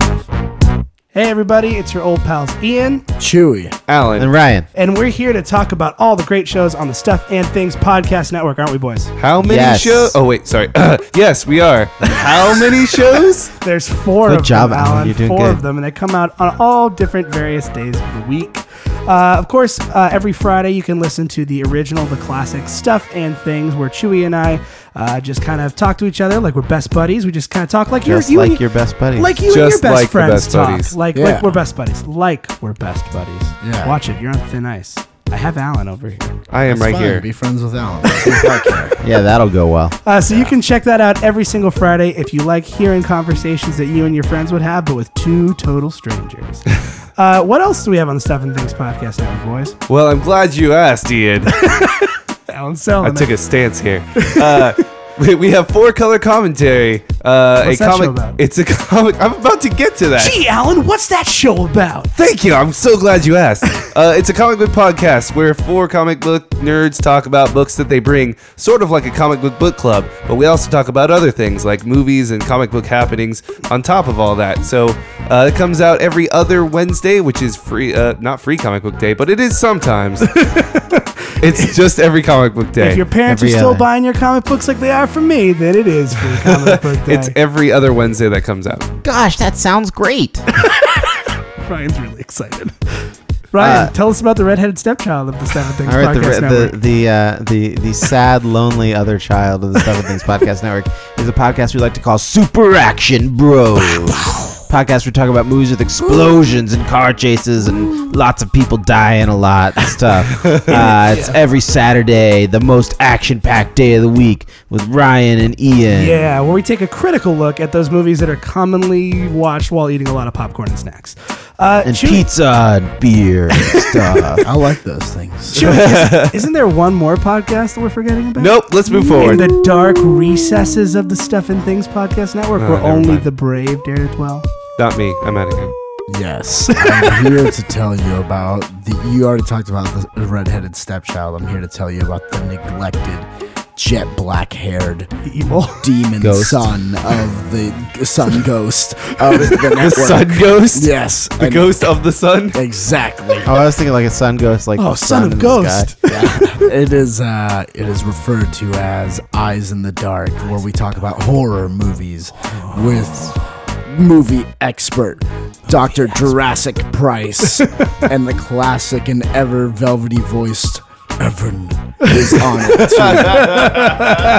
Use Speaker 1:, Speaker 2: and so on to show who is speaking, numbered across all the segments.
Speaker 1: Hey, everybody, it's your old pals Ian,
Speaker 2: Chewy.
Speaker 3: Alan,
Speaker 4: And Ryan,
Speaker 1: and we're here to talk about all the great shows on the Stuff and Things Podcast Network, aren't we, boys?
Speaker 3: how many
Speaker 4: Yes.
Speaker 3: shows? Oh wait, sorry. yes, we are. How many shows?
Speaker 1: There's four
Speaker 4: Good
Speaker 1: of
Speaker 4: job,
Speaker 1: them,
Speaker 4: Alan.
Speaker 1: Alan.
Speaker 4: You're doing
Speaker 1: four
Speaker 4: good.
Speaker 1: of them, and they come out on all different various days of the week. Uh, of course, uh, every Friday you can listen to the original, the classic stuff and things, where Chewy and I uh, just kind of talk to each other like we're best buddies. We just kind of talk like
Speaker 4: just
Speaker 1: you're, you
Speaker 4: like
Speaker 1: and-
Speaker 4: your best buddy.
Speaker 1: like you and your
Speaker 3: Just
Speaker 1: best
Speaker 3: like the
Speaker 1: friends
Speaker 3: best
Speaker 1: talk.
Speaker 3: buddies.
Speaker 1: Like,
Speaker 2: Yeah.
Speaker 1: like we're best buddies. Like we're best buddies.
Speaker 2: Yeah.
Speaker 1: Watch it. You're on thin ice. I have Alan over here.
Speaker 3: I am
Speaker 2: It's
Speaker 3: right
Speaker 2: fine.
Speaker 3: here.
Speaker 2: Be friends with Alan. That's what I care.
Speaker 4: yeah, that'll go well.
Speaker 1: Uh, so you can check that out every single Friday if you like hearing conversations that you and your friends would have, but with two total strangers. uh, what else do we have on the Stuff and Things podcast network, boys?
Speaker 3: Well, I'm glad you asked, Ian.
Speaker 1: Alan
Speaker 3: I
Speaker 1: Selman.
Speaker 3: took a stance here. Uh, we- we have four color commentary. Uh,
Speaker 1: What's
Speaker 3: a
Speaker 1: that show
Speaker 3: comic.
Speaker 1: about?
Speaker 3: It's a comic. I'm about to get to that.
Speaker 1: Gee, Alan, what's that show about?
Speaker 3: Thank you. I'm so glad you asked. Uh, it's a comic book podcast where four comic book nerds talk about books that they bring, sort of like a comic book book club, but we also talk about other things like movies and comic book happenings on top of all that. So uh, it comes out every other Wednesday, which is free, uh, not free comic book day, but it is sometimes. it's just every comic book day.
Speaker 1: If your parents
Speaker 4: Every uh,
Speaker 1: are still
Speaker 4: other.
Speaker 1: buying your comic books like they are for me, then it is free comic book day.
Speaker 3: it's every other Wednesday that comes out.
Speaker 4: Gosh, that sounds great.
Speaker 1: Ryan's really excited. Ryan,
Speaker 4: Uh,
Speaker 1: tell us about the redheaded stepchild of the Stuff and Things
Speaker 4: All right, the
Speaker 1: podcast
Speaker 4: re-
Speaker 1: network.
Speaker 4: the the, uh, the the sad, lonely other child of the Stuff and Things Podcast Network is a podcast we like to call Super Action Bros. podcast we talk about movies with explosions and car chases and lots of people dying a lot and stuff. Uh, it's every Saturday, the most action-packed day of the week with Ryan and Ian.
Speaker 1: Yeah, where we take a critical look at those movies that are commonly watched while eating a lot of popcorn and snacks. Uh,
Speaker 4: And
Speaker 1: Chewy-
Speaker 4: pizza and beer and stuff.
Speaker 2: I like those things.
Speaker 1: Chewy, is, isn't there one more podcast that we're forgetting about?
Speaker 3: Nope, let's move
Speaker 1: In
Speaker 3: forward.
Speaker 1: the dark recesses of the Stuff and Things podcast network,
Speaker 4: Ah,
Speaker 3: Oh,
Speaker 1: where
Speaker 3: never
Speaker 1: only
Speaker 3: mind.
Speaker 1: the brave dare to dwell.
Speaker 3: Not me. I'm out of here.
Speaker 2: Yes. I'm here to tell you about the. You already talked about the redheaded stepchild. I'm here to tell you about the neglected, jet black haired
Speaker 1: Evil.
Speaker 2: demon
Speaker 4: Ghost.
Speaker 2: son of the sun ghost of the network.
Speaker 3: The sun ghost?
Speaker 2: Yes.
Speaker 3: The
Speaker 2: and-
Speaker 3: ghost of the sun?
Speaker 2: Exactly.
Speaker 4: Oh, I was thinking like a sun ghost, like
Speaker 1: Oh,
Speaker 4: the
Speaker 1: son of
Speaker 4: in the sky.
Speaker 1: ghost.
Speaker 2: it is uh, it is referred to as Eyes in the Dark, where we talk about horror movies with movie expert Dr. Jurassic Price and the classic and ever velvety voiced Evan is on it too.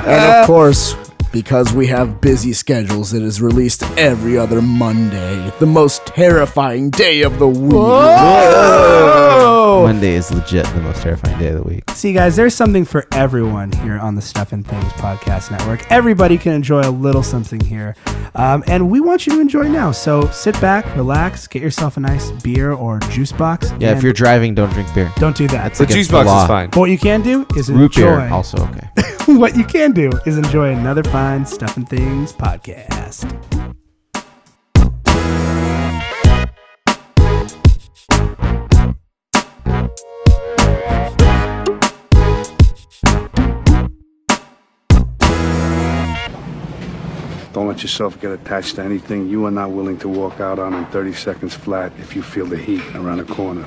Speaker 2: and of course. Because we have busy schedules, it is released every other Monday, the most terrifying day of the week.
Speaker 1: Oh.
Speaker 4: Monday is legit the most terrifying day of the week.
Speaker 1: See, guys, there's something for everyone here on the Stuff and Things podcast network. Everybody can enjoy a little something here, um, and we want you to enjoy now. So sit back, relax, get yourself a nice beer or juice box.
Speaker 4: Yeah, if
Speaker 1: and
Speaker 4: you're driving, don't drink beer.
Speaker 1: don't do that.
Speaker 3: The
Speaker 4: against
Speaker 3: juice
Speaker 4: the
Speaker 3: box
Speaker 4: law.
Speaker 3: is fine.
Speaker 1: But what you can do is
Speaker 4: Root
Speaker 1: enjoy.
Speaker 4: beer also okay.
Speaker 1: what you can do is enjoy another fine Stuff and Things podcast.
Speaker 5: Don't let yourself get attached to anything you are not willing to walk out on in 30 seconds flat if you feel the heat around a corner.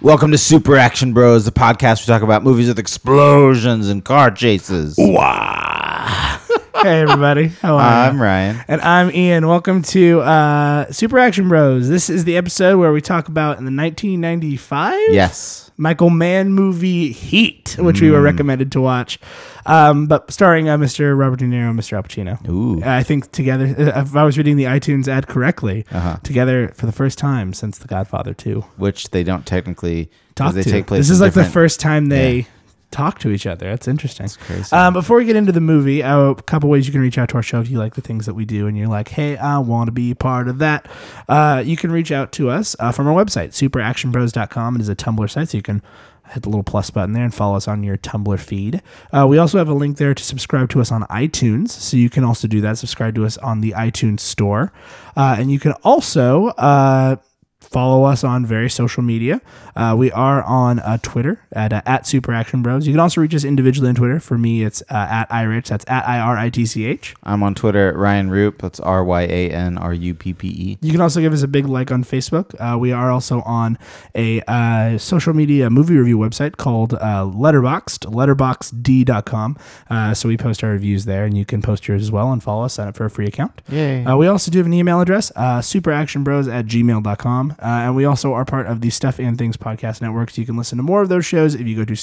Speaker 4: Welcome to Super Action Bros, the podcast we talk about movies with explosions and car chases.
Speaker 1: Hey, everybody. How are
Speaker 4: I'm
Speaker 1: you?
Speaker 4: Ryan.
Speaker 1: And I'm Ian. Welcome to uh, Super Action Bros. This is the episode where we talk about in the 1995
Speaker 4: Yes. Mm.
Speaker 1: Michael Mann movie Heat, which we were recommended to watch, um, but starring uh, Mr. Robert De Niro and Mr. Al Pacino.
Speaker 4: Ooh.
Speaker 1: I think together, if I was reading the iTunes ad correctly,
Speaker 4: Uh-huh.
Speaker 1: together for the first time since The Godfather 2.
Speaker 4: Which they don't technically 'cause
Speaker 1: Talk
Speaker 4: they
Speaker 1: to.
Speaker 4: take place.
Speaker 1: this is
Speaker 4: in
Speaker 1: like the
Speaker 4: different-
Speaker 1: first time they talk to each other. That's interesting.
Speaker 4: crazy.
Speaker 1: Um, before we get into the movie, uh, a couple ways you can reach out to our show if you like the things that we do and you're like, hey, I want to be a part of that. Uh, you can reach out to us uh, from our website, superactionbros.com. It is a Tumblr site, so you can hit the little plus button there and follow us on your Tumblr feed. Uh, we also have a link there to subscribe to us on iTunes, so you can also do that. Subscribe to us on the iTunes store. Uh, and you can also. Uh, follow us on various social media. Uh, we are on uh, Twitter at uh, at Super Action Bros. You can also reach us individually on Twitter. For me, it's uh, at irich. That's at i r i t c h.
Speaker 4: I'm on Twitter at Ryan Roop. That's R Y A N R U P P E.
Speaker 1: You can also give us a big like on Facebook. Uh, we are also on a uh, social media movie review website called uh, Letterboxd, letterboxd.com. Uh, so we post our reviews there, and you can post yours as well and follow us, sign up for a free account.
Speaker 4: Yay.
Speaker 1: Uh, we also do have an email address, uh, superactionbros at gmail.com. Uh, and we also are part of the Stuff and Things Podcast Network. So you can listen to more of those shows if you go to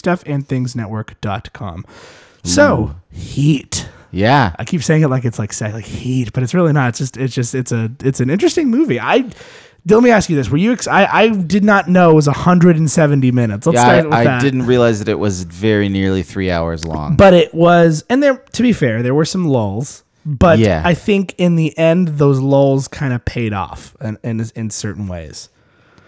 Speaker 1: stuffandthingsnetwork.com. So, heat.
Speaker 4: Yeah.
Speaker 1: I keep saying it like it's like sex, like heat, but it's really not. It's just it's just it's a it's an interesting movie. I let me ask you this: Were you? Ex- I I did not know it was 170 minutes. Let's
Speaker 4: Yeah,
Speaker 1: start with
Speaker 4: I, I
Speaker 1: that.
Speaker 4: didn't realize that it was very nearly three hours long.
Speaker 1: but it was. And there, to be fair, there were some lulls. But
Speaker 4: Yeah.
Speaker 1: I think in the end, those lulls kind of paid off in, in in certain ways.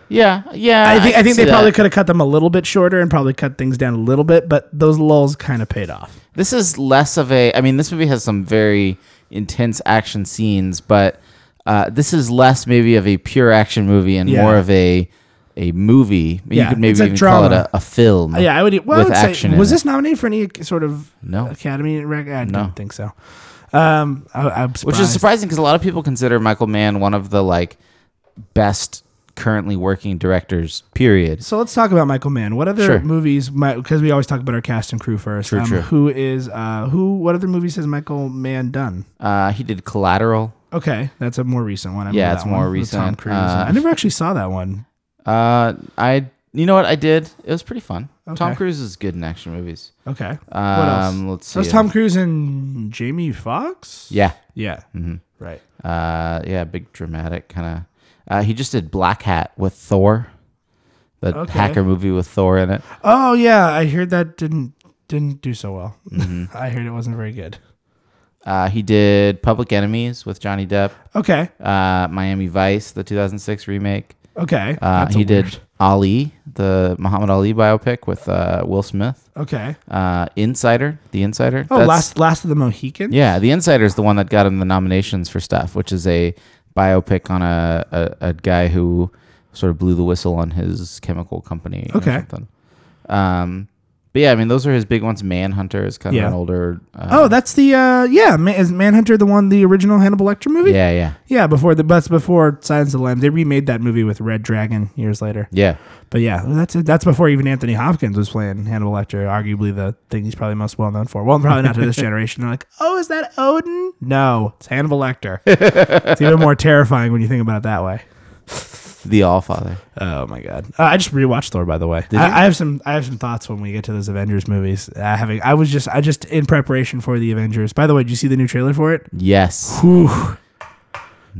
Speaker 4: yeah, yeah.
Speaker 1: I think I,
Speaker 4: can
Speaker 1: think
Speaker 4: see
Speaker 1: they probably
Speaker 4: that.
Speaker 1: could have cut them a little bit shorter and probably cut things down a little bit. But those lulls kind of paid off.
Speaker 4: This is less of a. I mean, this movie has some very intense action scenes, but uh, this is less maybe of a pure action movie and
Speaker 1: Yeah.
Speaker 4: more of a a movie.
Speaker 1: Yeah,
Speaker 4: you could
Speaker 1: it's
Speaker 4: maybe
Speaker 1: a
Speaker 4: even call it
Speaker 1: drama.
Speaker 4: a, a film.
Speaker 1: Uh, Yeah, I would. e- Well, I
Speaker 4: with
Speaker 1: would
Speaker 4: action.
Speaker 1: say,
Speaker 4: in
Speaker 1: was
Speaker 4: it.
Speaker 1: this nominated for any sort of
Speaker 4: No.
Speaker 1: Academy? Rec- I
Speaker 4: No.
Speaker 1: don't think so. Um, I, I'm surprised.
Speaker 4: Which is surprising because a lot of people consider Michael Mann one of the like best currently working directors. Period.
Speaker 1: So let's talk about Michael Mann. What other
Speaker 4: Sure.
Speaker 1: movies? Because we always talk about our cast and crew first. Um,
Speaker 4: True, true.
Speaker 1: Who is uh, who? What other movies has Michael Mann done?
Speaker 4: Uh, he did Collateral.
Speaker 1: Okay, that's a more recent one. I
Speaker 4: Yeah,
Speaker 1: remember
Speaker 4: it's
Speaker 1: that
Speaker 4: more
Speaker 1: one, with Tom
Speaker 4: recent.
Speaker 1: Cruise.
Speaker 4: Uh,
Speaker 1: I never actually saw that one.
Speaker 4: Uh, I you know what I did? It was pretty fun.
Speaker 1: Okay.
Speaker 4: Tom Cruise is good in action movies.
Speaker 1: Okay, what
Speaker 4: Um,
Speaker 1: else?
Speaker 4: Let's see.
Speaker 1: That was Tom Cruise and Jamie Foxx?
Speaker 4: Yeah. Mm-hmm.
Speaker 1: yeah, right.
Speaker 4: Uh, yeah, big dramatic kind of. Uh, he just did Black Hat with Thor, the
Speaker 1: Okay.
Speaker 4: hacker movie with Thor in it.
Speaker 1: Oh yeah, I heard that didn't didn't do so well.
Speaker 4: Mm-hmm.
Speaker 1: I heard it wasn't very good.
Speaker 4: Uh, he did Public Enemies with Johnny Depp,
Speaker 1: Okay,
Speaker 4: uh, Miami Vice, the 2006 remake.
Speaker 1: okay,
Speaker 4: Uh,
Speaker 1: That's a
Speaker 4: he
Speaker 1: weird-
Speaker 4: did Ali, the Muhammad Ali biopic with uh, Will Smith.
Speaker 1: Okay.
Speaker 4: Uh, Insider, The Insider.
Speaker 1: Oh,
Speaker 4: That's-
Speaker 1: last last of the Mohicans.
Speaker 4: Yeah, The Insider is the one that got him the nominations for stuff, which is a biopic on a, a, a guy who sort of blew the whistle on his chemical company. or
Speaker 1: Okay.
Speaker 4: something. Um, but yeah, I mean, those are his big ones. Manhunter is kind
Speaker 1: Yeah.
Speaker 4: of an older. Uh,
Speaker 1: Oh, that's the uh yeah, Ma- is Manhunter the one the original Hannibal Lecter movie?
Speaker 4: yeah, yeah,
Speaker 1: Yeah, before the but before Silence of the Lambs. They remade that movie with Red Dragon years later.
Speaker 4: yeah.
Speaker 1: But yeah, that's it. that's before even Anthony Hopkins was playing Hannibal Lecter, arguably the thing he's probably most well known for. Well, probably not to this generation. They're like, "Oh, is that Odin?" No, it's Hannibal Lecter. it's even more terrifying when you think about it that way.
Speaker 4: The Allfather.
Speaker 1: Oh my god! Uh, I just rewatched Thor. By the way, I, I have some I have some thoughts when we get to those Avengers movies. Uh, having I was just I just in preparation for the Avengers. By the way, did you see the new trailer for it?
Speaker 4: Yes. Mm-hmm.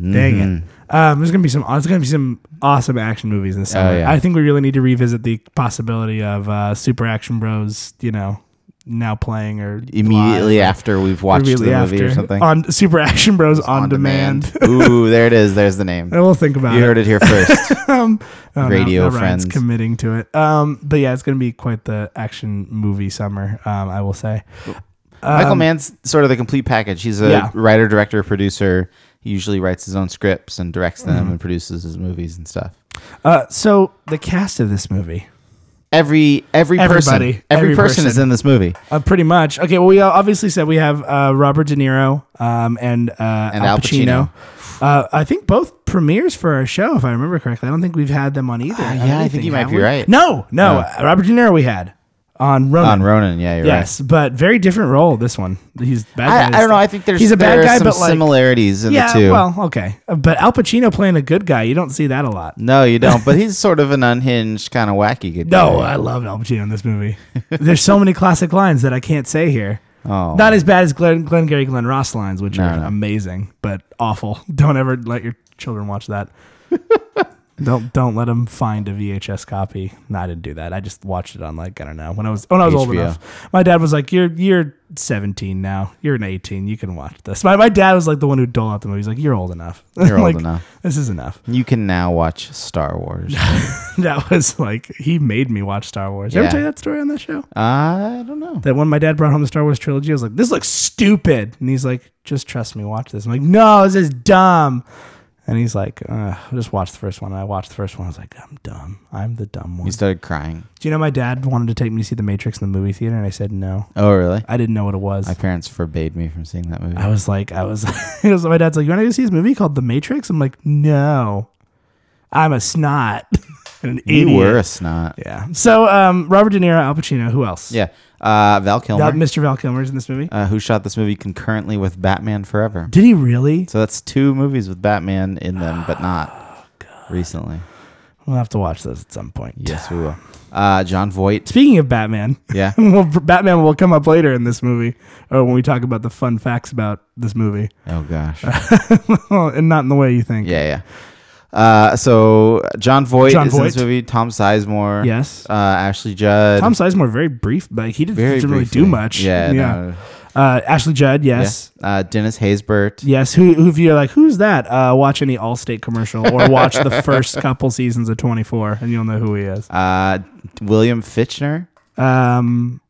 Speaker 1: Whew. Dang it! Um, there's gonna be some there's gonna be some awesome action movies this summer.
Speaker 4: Oh, yeah.
Speaker 1: I think we really need to revisit the possibility of uh, Super Action Bros. You know, now playing or
Speaker 4: Immediately
Speaker 1: live
Speaker 4: after we've
Speaker 1: or
Speaker 4: watched
Speaker 1: immediately
Speaker 4: the movie or
Speaker 1: after.
Speaker 4: something.
Speaker 1: on Super Action Bros. on, demand.
Speaker 4: Ooh, there it is. There's the name.
Speaker 1: I will think about
Speaker 4: You
Speaker 1: it.
Speaker 4: heard it here first.
Speaker 1: Oh,
Speaker 4: radio
Speaker 1: Ryan's
Speaker 4: friends.
Speaker 1: committing to it. Um, but yeah, it's going to be quite the action movie summer. Um, I will say.
Speaker 4: Michael Mann's sort of the complete package. He's a
Speaker 1: Um, Yeah.
Speaker 4: writer, director, producer. He usually writes his own scripts and directs them
Speaker 1: Mm-hmm.
Speaker 4: and produces his movies and stuff.
Speaker 1: Uh, so the cast of this movie,
Speaker 4: Every every
Speaker 1: Everybody.
Speaker 4: person, every,
Speaker 1: Every
Speaker 4: person, is
Speaker 1: person.
Speaker 4: in this movie.
Speaker 1: uh, pretty much. Okay, well, we obviously said we have uh, Robert De Niro um, and, uh,
Speaker 4: And
Speaker 1: Al
Speaker 4: Al
Speaker 1: Pacino.
Speaker 4: Pacino.
Speaker 1: Uh, I think both premieres for our show, if I remember correctly. I don't think we've had them on either.
Speaker 4: yeah, I Ah, think you might
Speaker 1: have
Speaker 4: be
Speaker 1: we?
Speaker 4: right.
Speaker 1: No, no, uh, Robert De Niro we had. on Ronan.
Speaker 4: on Ronan. Yeah, you're
Speaker 1: yes, but very different role. This one, he's bad.
Speaker 4: right.
Speaker 1: guy
Speaker 4: I, I
Speaker 1: this
Speaker 4: don't know.
Speaker 1: time.
Speaker 4: I think there's
Speaker 1: he's a
Speaker 4: there
Speaker 1: bad
Speaker 4: are
Speaker 1: guy,
Speaker 4: some
Speaker 1: but like
Speaker 4: similarities in
Speaker 1: yeah,
Speaker 4: the two.
Speaker 1: well, okay, Uh, but Al Pacino playing a good guy, you don't see that a lot.
Speaker 4: no, you don't. But he's sort of an unhinged, kind of wacky good
Speaker 1: No, uh,
Speaker 4: guy.
Speaker 1: I love Al Pacino in this movie. There's so many classic lines that I can't say here.
Speaker 4: oh,
Speaker 1: Not as bad as Glenn, Glenn Gary Glenn Ross lines, which are
Speaker 4: no.
Speaker 1: amazing, but awful. Don't ever let your children watch that. don't don't let them find a VHS copy. No, I didn't do that. I just watched it on like I don't know when I was when I was old
Speaker 4: HBO.
Speaker 1: enough. My dad was like, "You're you're 17 now. You're an 18. You can watch this." My my dad was like the one who doled out the movies. Like you're old enough.
Speaker 4: You're old
Speaker 1: Like,
Speaker 4: enough.
Speaker 1: This is enough.
Speaker 4: you can now watch Star Wars.
Speaker 1: That was like he made me watch Star Wars. Did I
Speaker 4: Yeah.
Speaker 1: Ever tell you that story on that show?
Speaker 4: I don't know.
Speaker 1: that when my dad brought home the Star Wars trilogy, I was like, this looks stupid. And he's like, just trust me, watch this. I'm like, no, this is dumb. And he's like, uh, just watch the first one. And I watched the first one. I was like, I'm dumb. I'm the dumb one.
Speaker 4: You started crying.
Speaker 1: Do you know my dad wanted to take me to see The Matrix in the movie theater? And I said, no.
Speaker 4: Oh, really?
Speaker 1: I didn't know what it was.
Speaker 4: My parents forbade me from seeing that movie.
Speaker 1: I was like, I was, it was my dad's like, you want to go see this movie called The Matrix? I'm like, no. I'm a snot. and an
Speaker 4: you
Speaker 1: idiot.
Speaker 4: were a snot.
Speaker 1: Yeah. So um, Robert De Niro, Al Pacino, who else?
Speaker 4: Yeah. Uh,
Speaker 1: Val-
Speaker 4: Val Kilmer,
Speaker 1: Mr. Val Kilmer's in this movie.
Speaker 4: uh, who shot this movie concurrently with Batman Forever.
Speaker 1: Did he really?
Speaker 4: So that's two movies with Batman in them, but not recently.
Speaker 1: We'll have to watch those at some point.
Speaker 4: Yes, we will. Uh, John Voight.
Speaker 1: Speaking of Batman,
Speaker 4: Yeah.
Speaker 1: well, Batman will come up later in this movie, or when we talk about the fun facts about this movie,
Speaker 4: Oh gosh.
Speaker 1: and not in the way you think.
Speaker 4: Yeah, yeah. Uh, so John Voight
Speaker 1: John
Speaker 4: is in this
Speaker 1: Voight.
Speaker 4: movie. Tom Sizemore.
Speaker 1: Yes.
Speaker 4: Uh, Ashley Judd.
Speaker 1: Tom Sizemore very brief, but he didn't,
Speaker 4: Very
Speaker 1: didn't really
Speaker 4: briefly.
Speaker 1: do much.
Speaker 4: Yeah, no.
Speaker 1: Uh, Ashley Judd, yes.
Speaker 4: Yeah. Uh, Dennis Haysbert.
Speaker 1: Yes, who, who if you're like, who's that? Uh, watch any Allstate commercial or watch the first couple seasons of 24, and you'll know who he is.
Speaker 4: Uh, William Fitchner.
Speaker 1: Um,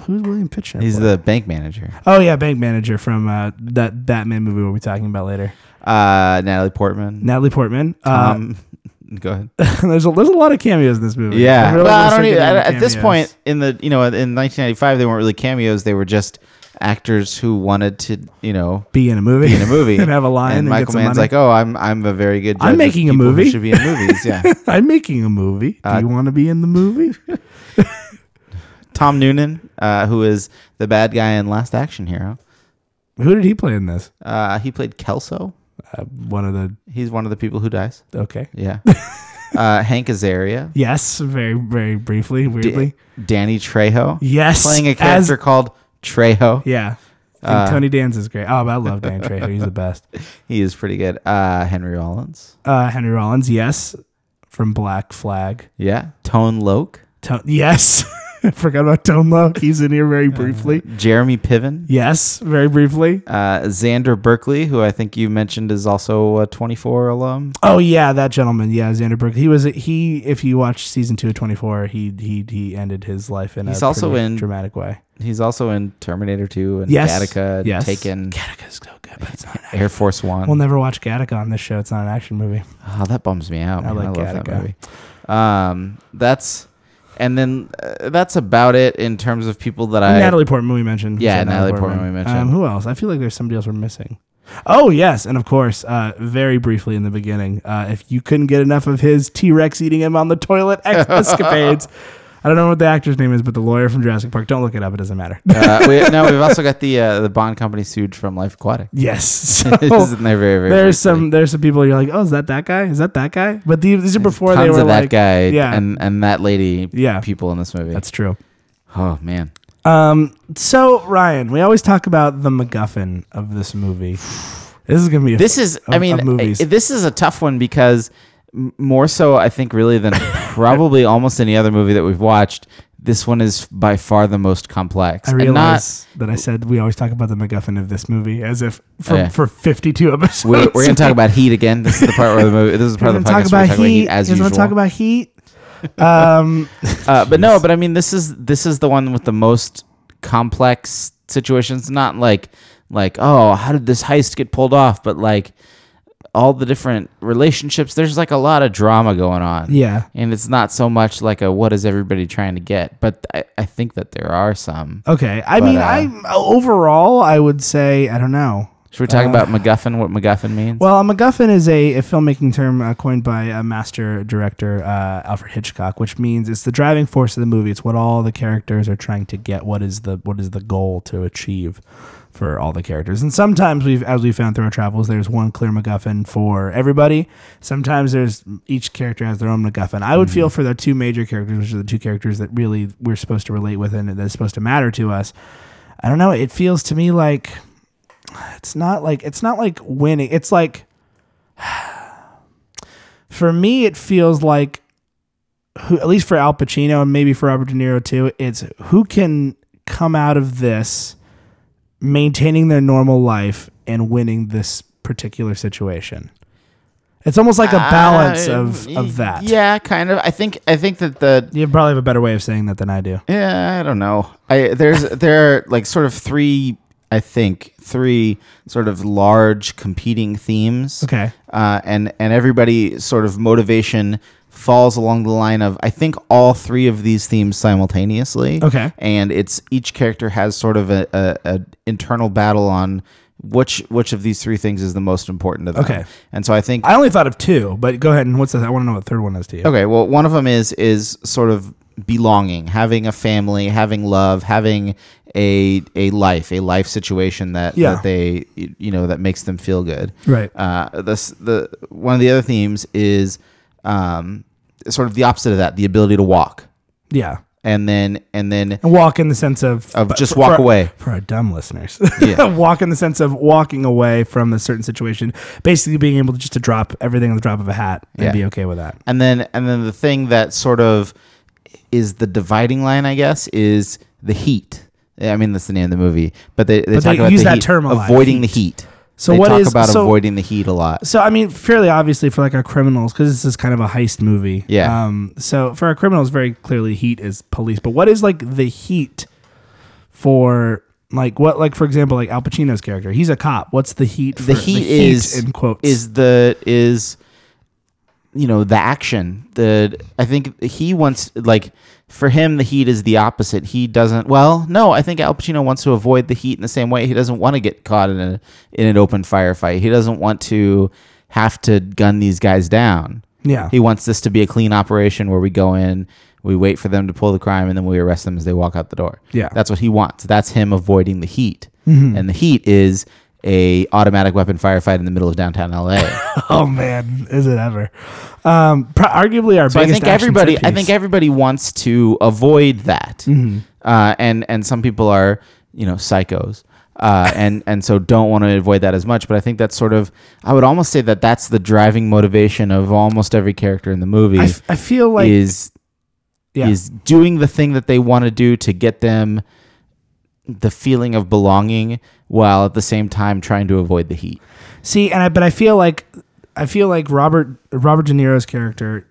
Speaker 1: who's William Pitcher?
Speaker 4: He's the bank manager.
Speaker 1: oh yeah, bank manager from uh, that Batman movie we'll be talking about later.
Speaker 4: Uh, Natalie Portman.
Speaker 1: Natalie Portman. Um,
Speaker 4: Um, go ahead.
Speaker 1: there's a there's a lot of cameos in this movie.
Speaker 4: Yeah.
Speaker 1: I really
Speaker 4: Well, I
Speaker 1: wanna
Speaker 4: don't
Speaker 1: start
Speaker 4: even,
Speaker 1: getting
Speaker 4: at,
Speaker 1: into
Speaker 4: at this
Speaker 1: cameos.
Speaker 4: point in the you know in 1995 they weren't really cameos. They were just actors who wanted to you know
Speaker 1: be in a movie,
Speaker 4: be in a movie
Speaker 1: and have a line. And,
Speaker 4: And Michael
Speaker 1: get some
Speaker 4: Mann's
Speaker 1: money.
Speaker 4: like, oh, I'm I'm a very good. Judge
Speaker 1: I'm
Speaker 4: of
Speaker 1: making a
Speaker 4: people who
Speaker 1: movie."
Speaker 4: Should be in movies. Yeah.
Speaker 1: I'm making a movie. Do
Speaker 4: "Oh." Uh,
Speaker 1: you want to be in the movie?
Speaker 4: Tom Noonan, uh, who is the bad guy in Last Action Hero.
Speaker 1: Who did he play in this?
Speaker 4: Uh, he played Kelso.
Speaker 1: Uh, one of the
Speaker 4: He's one of the people who dies.
Speaker 1: okay.
Speaker 4: Yeah. uh, Hank Azaria.
Speaker 1: Yes, very very briefly,
Speaker 4: D-
Speaker 1: weirdly.
Speaker 4: Danny Trejo.
Speaker 1: yes,
Speaker 4: Playing a
Speaker 1: as-
Speaker 4: character called Trejo.
Speaker 1: yeah. And
Speaker 4: Uh,
Speaker 1: Tony Danza's is great. Oh, but I love Dan Trejo. He's the best.
Speaker 4: He is pretty good. Uh, Henry Rollins.
Speaker 1: Uh, Henry Rollins, yes, from Black Flag.
Speaker 4: Yeah. Tone Loke.
Speaker 1: Tone, yes, I forgot about Tone Loc. He's in here very briefly.
Speaker 4: Jeremy Piven.
Speaker 1: Yes, very briefly.
Speaker 4: Uh, Xander Berkeley, who I think you mentioned is also a 24 alum.
Speaker 1: Oh yeah, that gentleman. Yeah, Xander Brooks. He was he. If you watch season two of Twenty Four, he he he ended his life in
Speaker 4: He's
Speaker 1: a
Speaker 4: also
Speaker 1: pretty
Speaker 4: in-
Speaker 1: dramatic way.
Speaker 4: He's also in Terminator 2 and
Speaker 1: Yes.
Speaker 4: Gattaca,
Speaker 1: Yes.
Speaker 4: Taken,
Speaker 1: Gattaca's so good, but it's not.
Speaker 4: Air Force One.
Speaker 1: We'll never watch Gattaca on this show. It's not an action movie.
Speaker 4: Oh, that bums me out.
Speaker 1: I
Speaker 4: man. I,
Speaker 1: like
Speaker 4: love that
Speaker 1: Gattaca.
Speaker 4: movie. Um, that's and then uh, that's about it in terms of people that I
Speaker 1: Natalie Portman we mentioned.
Speaker 4: Yeah,
Speaker 1: Sorry,
Speaker 4: Natalie Portman we mentioned.
Speaker 1: Um, who else? I feel like there's somebody else we're missing. Oh yes, and of course, uh, very briefly in the beginning, uh, if you couldn't get enough of his T Rex eating him on the toilet ex- escapades, I don't know what the actor's name is, but the lawyer from Jurassic Park. Don't look it up; it doesn't matter.
Speaker 4: Uh, we, no, we've also got the uh, the Bond company sued from Life Aquatic.
Speaker 1: yes, so-
Speaker 4: This is in there very very.
Speaker 1: there's
Speaker 4: briefly.
Speaker 1: some there's some people you're like, oh, is that that guy? Is that that guy? But these, these are before
Speaker 4: tons
Speaker 1: they were
Speaker 4: of
Speaker 1: like,
Speaker 4: that guy
Speaker 1: yeah,
Speaker 4: and and that lady
Speaker 1: Yeah.
Speaker 4: people in this movie.
Speaker 1: that's true.
Speaker 4: oh man,
Speaker 1: Um, so Ryan, we always talk about the MacGuffin of this movie. This is gonna be a
Speaker 4: this is I
Speaker 1: of-
Speaker 4: mean
Speaker 1: of movies.
Speaker 4: uh, this is a tough one because m- more so I think really than probably almost any other movie that we've watched. This one is by far the most complex.
Speaker 1: I
Speaker 4: And not-
Speaker 1: realize that I said we always talk about the MacGuffin of this movie as if for,
Speaker 4: Yeah.
Speaker 1: for 52 episodes.
Speaker 4: We're, we're gonna talk about heat again. This is the part where the movie. This is the
Speaker 1: We're
Speaker 4: part of the
Speaker 1: gonna
Speaker 4: podcast
Speaker 1: talk
Speaker 4: where we
Speaker 1: about
Speaker 4: talk about
Speaker 1: heat.
Speaker 4: heat as
Speaker 1: We're
Speaker 4: usual.
Speaker 1: gonna talk about heat. Um,
Speaker 4: uh, but no, but I mean, this is this is the one with the most complex situations. Not like like oh, how did this heist get pulled off? But like all the different relationships. There's like a lot of drama going on.
Speaker 1: yeah.
Speaker 4: And it's not so much like a what is everybody trying to get, but I, I think that there are some.
Speaker 1: Okay. I
Speaker 4: But,
Speaker 1: mean,
Speaker 4: uh,
Speaker 1: I overall I would say I don't know.
Speaker 4: Should we talk about MacGuffin? What MacGuffin means?
Speaker 1: Uh, Well, a MacGuffin is a, a filmmaking term uh, coined by a master director, uh, Alfred Hitchcock, which means it's the driving force of the movie. It's what all the characters are trying to get. What is the what is the goal to achieve for all the characters? And sometimes we've, as we found through our travels, there's one clear MacGuffin for everybody. Sometimes there's each character has their own MacGuffin. I would feel for the two major characters, which are the two characters that really we're supposed to relate with and that's supposed to matter to us. I don't know. It feels to me like it's not like it's not like winning. It's like for me, it feels like who, at least for Al Pacino and maybe for Robert De Niro too. It's who can come out of this maintaining their normal life and winning this particular situation. It's almost like a balance of
Speaker 4: Uh,
Speaker 1: of that.
Speaker 4: Yeah, kind of. I think I think that the
Speaker 1: you probably have a better way of saying that than I do.
Speaker 4: Yeah, I don't know. I there's there are like sort of three I think three sort of large competing themes.
Speaker 1: Okay.
Speaker 4: Uh, and and everybody sort of motivation falls along the line of I think all three of these themes simultaneously.
Speaker 1: Okay.
Speaker 4: And it's each character has sort of a, a, a internal battle on which which of these three things is the most important to them.
Speaker 1: Okay.
Speaker 4: And so I think
Speaker 1: I only thought of two, but go ahead and what's the? I want to know what the third one is to you.
Speaker 4: Okay, well, one of them is is sort of belonging, having a family, having love, having a a life, a life situation that,
Speaker 1: Yeah.
Speaker 4: that they you know that makes them feel good.
Speaker 1: Right.
Speaker 4: Uh, this the one of the other themes is um, sort of the opposite of that, the ability to walk,
Speaker 1: Yeah.
Speaker 4: and then and then
Speaker 1: And walk in the sense of
Speaker 4: Of
Speaker 1: but
Speaker 4: just walk
Speaker 1: our-
Speaker 4: away.
Speaker 1: for our dumb listeners.
Speaker 4: Yeah.
Speaker 1: walk in the sense of walking away from a certain situation, basically being able to just to drop everything on the drop of a hat and
Speaker 4: Yeah.
Speaker 1: be okay with that.
Speaker 4: and then and then the thing that sort of is the dividing line, I guess, is the heat. I mean, that's the name of the movie, but they, they
Speaker 1: But
Speaker 4: talk
Speaker 1: they
Speaker 4: about
Speaker 1: use
Speaker 4: the
Speaker 1: that
Speaker 4: heat,
Speaker 1: term a lot,
Speaker 4: avoiding the
Speaker 1: heat.
Speaker 4: heat.
Speaker 1: So
Speaker 4: they
Speaker 1: what
Speaker 4: talk
Speaker 1: is-
Speaker 4: about
Speaker 1: so-
Speaker 4: avoiding the heat a lot?
Speaker 1: So I mean, fairly obviously for like our criminals, because this is kind of a heist movie.
Speaker 4: Yeah.
Speaker 1: Um. So for our criminals, very clearly heat is police. But what is like the heat for? Like what? Like for example, like Al Pacino's character, he's a cop. What's the heat? For,
Speaker 4: The heat, is
Speaker 1: in quotes.
Speaker 4: is the is you know the action. The I think he wants like for him the heat is the opposite. He doesn't. Well, no, I think Al Pacino wants to avoid the heat in the same way. He doesn't want to get caught in a in an open firefight. He doesn't want to have to gun these guys down.
Speaker 1: yeah.
Speaker 4: He wants this to be a clean operation where we go in, we wait for them to pull the crime, and then we arrest them as they walk out the door.
Speaker 1: Yeah. Mm-hmm.
Speaker 4: that's what he wants. That's him avoiding the heat, and the heat is a automatic weapon firefight in the middle of downtown LA.
Speaker 1: oh man, is it ever? Um. Pro- arguably our
Speaker 4: so I
Speaker 1: biggest.
Speaker 4: think
Speaker 1: action
Speaker 4: everybody,
Speaker 1: set
Speaker 4: I
Speaker 1: piece.
Speaker 4: think everybody wants to avoid that,
Speaker 1: Mm-hmm.
Speaker 4: uh, and and some people are, you know, psychos. Uh, and and so don't want to avoid that as much, but I think that's sort of I would almost say that that's the driving motivation of almost every character in the movie.
Speaker 1: I, f- I feel like
Speaker 4: is
Speaker 1: Yeah.
Speaker 4: is doing the thing that they want to do to get them the feeling of belonging while at the same time trying to avoid the heat.
Speaker 1: See, and I but I feel like I feel like Robert Robert De Niro's character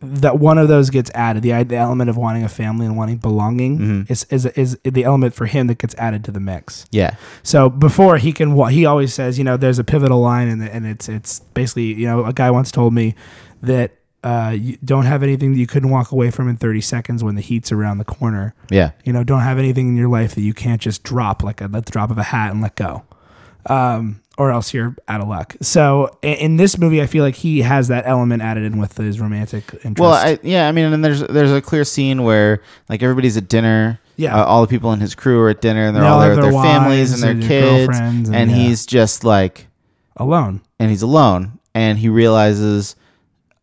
Speaker 1: that one of those gets added. The the element of wanting a family and wanting belonging
Speaker 4: Mm-hmm.
Speaker 1: is, is is the element for him that gets added to the mix.
Speaker 4: Yeah.
Speaker 1: So before he can, wa- he always says, you know, there's a pivotal line, and and it's it's basically, you know, a guy once told me that uh, you don't have anything that you couldn't walk away from in 30 seconds when the heat's around the corner.
Speaker 4: Yeah.
Speaker 1: You know, don't have anything in your life that you can't just drop like a let the drop of a hat and let go. Um, or else you're out of luck. So i- in this movie, I feel like he has that element added in with his romantic interest.
Speaker 4: Well, I, yeah, I mean, and there's there's a clear scene where like everybody's at dinner.
Speaker 1: Yeah.
Speaker 4: uh, all the people in his crew are at dinner, and they're
Speaker 1: They
Speaker 4: all
Speaker 1: all
Speaker 4: there
Speaker 1: have
Speaker 4: with their,
Speaker 1: their
Speaker 4: families
Speaker 1: wives
Speaker 4: and their
Speaker 1: and their
Speaker 4: kids,
Speaker 1: girlfriends
Speaker 4: and,
Speaker 1: and- yeah.
Speaker 4: he's just like,
Speaker 1: alone.
Speaker 4: and he's alone, and he realizes,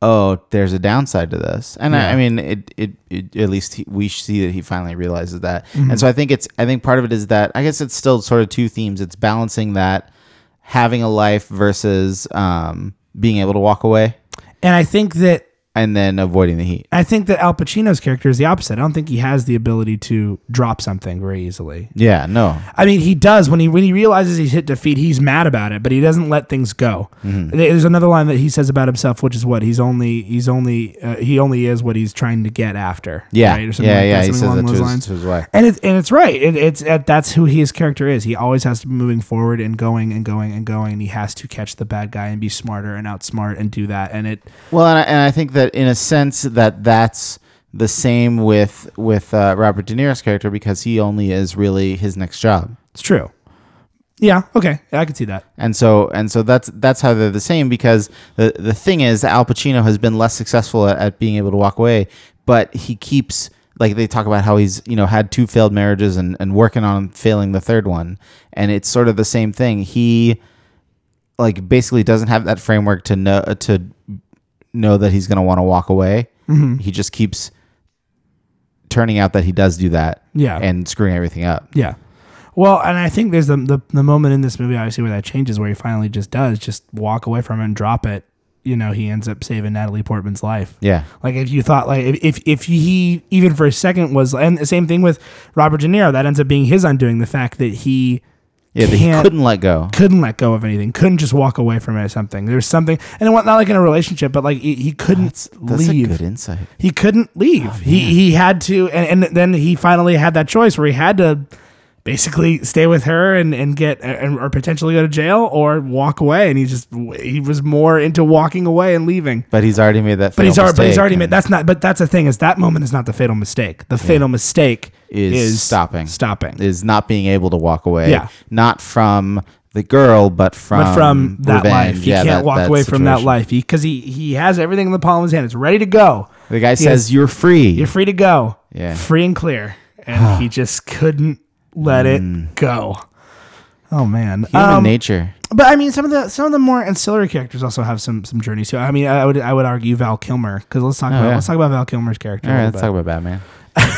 Speaker 4: oh, there's a downside to this, and I, I mean, it, it, it at least he, we see that he finally realizes that,
Speaker 1: Mm-hmm.
Speaker 4: and so I think it's, I think part of it is that I guess it's still sort of two themes. It's balancing that having a life versus um, being able to walk away,
Speaker 1: And I think that
Speaker 4: and then avoiding the heat.
Speaker 1: I think that Al Pacino's character is the opposite. I don't think he has the ability to drop something very easily.
Speaker 4: Yeah, no,
Speaker 1: I mean, he does when he when he realizes he's hit defeat, he's mad about it, but he doesn't let things go.
Speaker 4: Mm-hmm.
Speaker 1: There's another line that he says about himself, which is what he's only he's only uh, he only is what he's trying to get after.
Speaker 4: Yeah,
Speaker 1: right? Or something
Speaker 4: yeah,
Speaker 1: like that,
Speaker 4: yeah. He
Speaker 1: something
Speaker 4: says that
Speaker 1: along
Speaker 4: to
Speaker 1: those
Speaker 4: his,
Speaker 1: lines.
Speaker 4: to his wife.
Speaker 1: And it's and it's right. It, it's uh, that's who his character is. He always has to be moving forward and going and going and going. And he has to catch the bad guy and be smarter and outsmart and do that. And it
Speaker 4: Well, and I, and I think that in a sense that that's the same with with uh, Robert De Niro's character because he only is really his next job.
Speaker 1: it's true. Yeah. Okay. Yeah, I can see that.
Speaker 4: And so and so that's that's how they're the same because the the thing is Al Pacino has been less successful at, at being able to walk away, but he keeps like they talk about how he's you know had two failed marriages and and working on failing the third one, and it's sort of the same thing. He like basically doesn't have that framework to know to know that he's going to want to walk away.
Speaker 1: Mm-hmm.
Speaker 4: He just keeps turning out that he does do that,
Speaker 1: Yeah.
Speaker 4: and screwing everything up.
Speaker 1: Yeah. Well, and I think there's the, the the moment in this movie obviously where that changes, where he finally just does just walk away from it and drop it. You know, he ends up saving Natalie Portman's life.
Speaker 4: Yeah,
Speaker 1: Like if you thought like if if, if he even for a second was and the same thing with Robert De Niro that ends up being his undoing the fact that he
Speaker 4: yeah, that he
Speaker 1: Can't-
Speaker 4: couldn't let go.
Speaker 1: couldn't let go of anything couldn't just walk away from it or something there's something and it wa- not like in a relationship but like he, he couldn't
Speaker 4: That's
Speaker 1: leave
Speaker 4: a good insight.
Speaker 1: he couldn't leave.
Speaker 4: Oh,
Speaker 1: he he had to, and, and then he finally had that choice where he had to basically stay with her and and get and, or potentially go to jail or walk away. And he just he was more into walking away and leaving.
Speaker 4: But he's already made that.
Speaker 1: But he's
Speaker 4: fatal
Speaker 1: already but he's
Speaker 4: mistake
Speaker 1: already made
Speaker 4: and-
Speaker 1: that's not. But that's the thing is that moment is not the fatal mistake. The fatal mistake
Speaker 4: Is stopping.
Speaker 1: stopping.
Speaker 4: is not being able to walk away.
Speaker 1: Yeah.
Speaker 4: Not from the girl, but from
Speaker 1: but from that
Speaker 4: um, revenge.
Speaker 1: life, he
Speaker 4: Yeah,
Speaker 1: can't
Speaker 4: that-
Speaker 1: walk
Speaker 4: that
Speaker 1: away from that
Speaker 4: situation.
Speaker 1: life. Because he, he has everything in the palm of his hand. It's ready to go.
Speaker 4: The guy
Speaker 1: He
Speaker 4: says,
Speaker 1: has-
Speaker 4: "You're free."
Speaker 1: You're free to go.
Speaker 4: Yeah.
Speaker 1: Free and clear. And he just couldn't let it go. Oh man.
Speaker 4: Mm. Human
Speaker 1: Um,
Speaker 4: nature.
Speaker 1: but I mean some of the some of the more ancillary characters also have some some journeys too. I mean I would I would argue Val Kilmer cuz let's talk about
Speaker 4: Oh, yeah.
Speaker 1: let's talk about Val Kilmer's character.
Speaker 4: All
Speaker 1: a
Speaker 4: right,
Speaker 1: little
Speaker 4: let's talk about Batman.
Speaker 1: bit.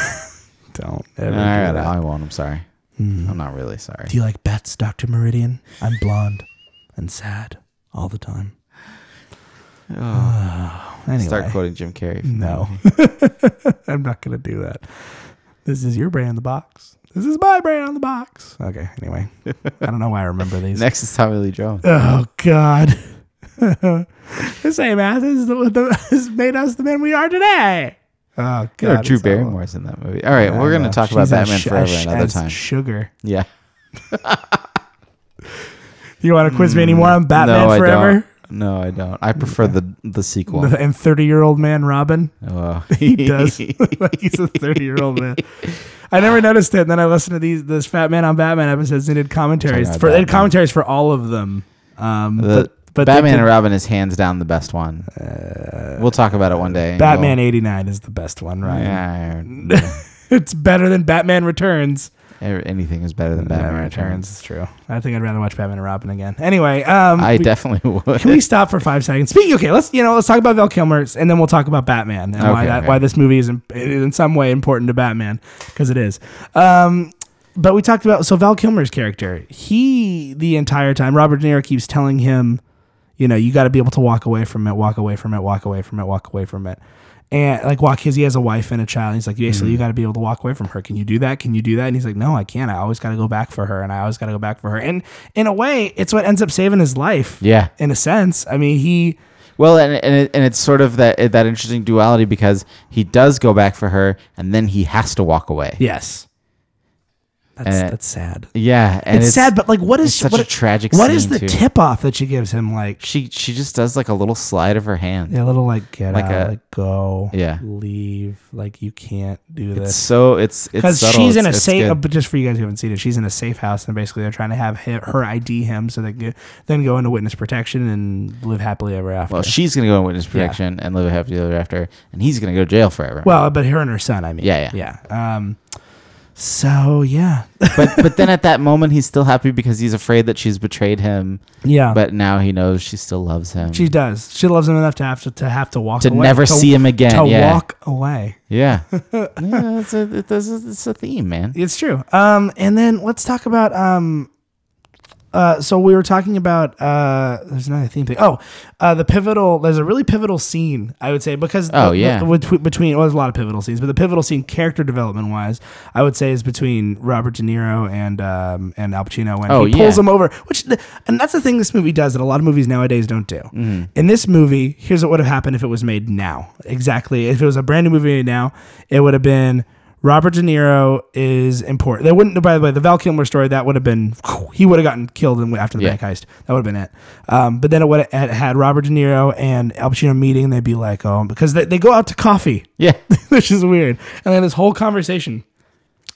Speaker 1: Don't ever
Speaker 4: All
Speaker 1: do
Speaker 4: right,
Speaker 1: that. Mm.
Speaker 4: I won't. I'm sorry. I'm not really sorry.
Speaker 1: Do you like bats, Dr. Meridian? I'm blonde and sad all the time. anyway.
Speaker 4: Oh. Start quoting Jim Carrey. from
Speaker 1: No. I'm not going to do that. This is your brain in the box. This is my brain on the box. Okay, anyway. I don't know why I remember
Speaker 4: that.
Speaker 1: these.
Speaker 4: Next is Tommy Lee Jones.
Speaker 1: Oh, God. this ain't math. This, is the, the, this made us the men we are today. Oh, God.
Speaker 4: You know, Drew
Speaker 1: it's horrible.
Speaker 4: Barrymore's in that movie. All right,
Speaker 1: I
Speaker 4: we're going to
Speaker 1: know.
Speaker 4: talk about
Speaker 1: She's as
Speaker 4: Batman
Speaker 1: sh-
Speaker 4: forever
Speaker 1: as-
Speaker 4: another
Speaker 1: as
Speaker 4: time.
Speaker 1: Sugar.
Speaker 4: yeah.
Speaker 1: You want to quiz me anymore on Batman
Speaker 4: Mm. no, I
Speaker 1: Forever?
Speaker 4: don't. No, I don't. I prefer the the sequel.
Speaker 1: And 30 year old man Robin?
Speaker 4: Oh.
Speaker 1: He does. like he's a 30 year old man. I never noticed it. And then I listened to these this Fat Man on Batman episodes and did commentaries
Speaker 4: Talking about
Speaker 1: for they did
Speaker 4: Batman.
Speaker 1: commentaries for all of them. Um,
Speaker 4: The,
Speaker 1: but but they
Speaker 4: Batman
Speaker 1: did-
Speaker 4: and Robin is hands down the best one. we'll talk about it one day. and
Speaker 1: uh, Batman
Speaker 4: you'll-
Speaker 1: 89 is the best one, right?
Speaker 4: Yeah,
Speaker 1: It's better than Batman Returns.
Speaker 4: er- anything is better than Batman Returns.
Speaker 1: It's true. I think I'd rather watch Batman and Robin again. Anyway, um,
Speaker 4: I
Speaker 1: we-
Speaker 4: definitely would.
Speaker 1: can we stop for five seconds? Speaking, okay, let's you know let's talk about Val Kilmer's, and then we'll talk about Batman and why
Speaker 4: Okay,
Speaker 1: that
Speaker 4: okay.
Speaker 1: why this movie is in, in some way important to Batman because it is. Um, but we talked about so Val Kilmer's character. He the entire time Robert De Niro keeps telling him, you know, you got to be able to walk away from it, walk away from it, walk away from it, walk away from it. And like walk his, he has a wife and a child. He's like, basically,
Speaker 4: Mm-hmm.
Speaker 1: you got to be able to walk away from her. Can you do that? Can you do that? And he's like, no, I can't. I always got to go back for her, and I always got to go back for her. And in a way, it's what ends up saving his life
Speaker 4: yeah.
Speaker 1: in a sense. I mean, he
Speaker 4: Well, and and, it, and it's sort of that that interesting duality because he does go back for her, and then he has to walk away.
Speaker 1: yes, that's
Speaker 4: Uh,
Speaker 1: that's sad.
Speaker 4: Yeah, and
Speaker 1: it's, sad, but like, what is
Speaker 4: it's such
Speaker 1: what,
Speaker 4: a tragic
Speaker 1: What is
Speaker 4: scene,
Speaker 1: the
Speaker 4: too.
Speaker 1: tip off that she gives him? Like
Speaker 4: she she just does like a little slide of her hand.
Speaker 1: a little like get
Speaker 4: Like
Speaker 1: out,
Speaker 4: a-
Speaker 1: like go,
Speaker 4: Yeah.
Speaker 1: leave. Like you can't do
Speaker 4: It's
Speaker 1: this
Speaker 4: so it's it's
Speaker 1: because
Speaker 4: subtle,
Speaker 1: she's in a
Speaker 4: it's- it's
Speaker 1: safe.
Speaker 4: good.
Speaker 1: uh, But just for you guys who haven't seen it, she's in a safe house, and basically they're trying to have hi her ID him so they can then go into witness protection and live happily ever after.
Speaker 4: Well, she's gonna go in witness protection and live a happy ever after, and he's gonna go to jail forever.
Speaker 1: well, but her and her son, I mean,
Speaker 4: Yeah,
Speaker 1: yeah, yeah. Um, so yeah,
Speaker 4: but but then at that moment he's still happy because he's afraid that she's betrayed him.
Speaker 1: yeah.
Speaker 4: But now he knows she still loves him.
Speaker 1: Uh-huh. She does. She loves him enough to have to, to have to walk
Speaker 4: to
Speaker 1: away.
Speaker 4: never see him again.
Speaker 1: To
Speaker 4: yeah.
Speaker 1: walk away.
Speaker 4: Yeah. yeah it's, a, it- this is- it's a theme, man.
Speaker 1: It's true. Um, and then let's talk about um, uh, so we were talking about uh, there's another theme thing. Oh, uh, the pivotal. There's a really pivotal scene I would say because
Speaker 4: Oh,
Speaker 1: the-
Speaker 4: yeah.
Speaker 1: the- between, between well, there's a lot of pivotal scenes, but the pivotal scene character development wise, I would say is between Robert De Niro and um, and Al Pacino when
Speaker 4: Oh,
Speaker 1: he pulls
Speaker 4: yeah.
Speaker 1: him over, which and that's the thing this movie does that a lot of movies nowadays don't do. In this movie, here's what would have happened if it was made now. Exactly, if it was a brand new movie made now, it would have been. Robert De Niro is important. They wouldn't. By the way, the Val Kilmer story that would have been he would have gotten killed and after the
Speaker 4: Yeah.
Speaker 1: bank heist. That would have been it. Um, but then it would have had Robert De Niro and Al Pacino meeting. They'd be like, oh, because they, they go out to coffee,
Speaker 4: Yeah.
Speaker 1: which is weird. And then this whole conversation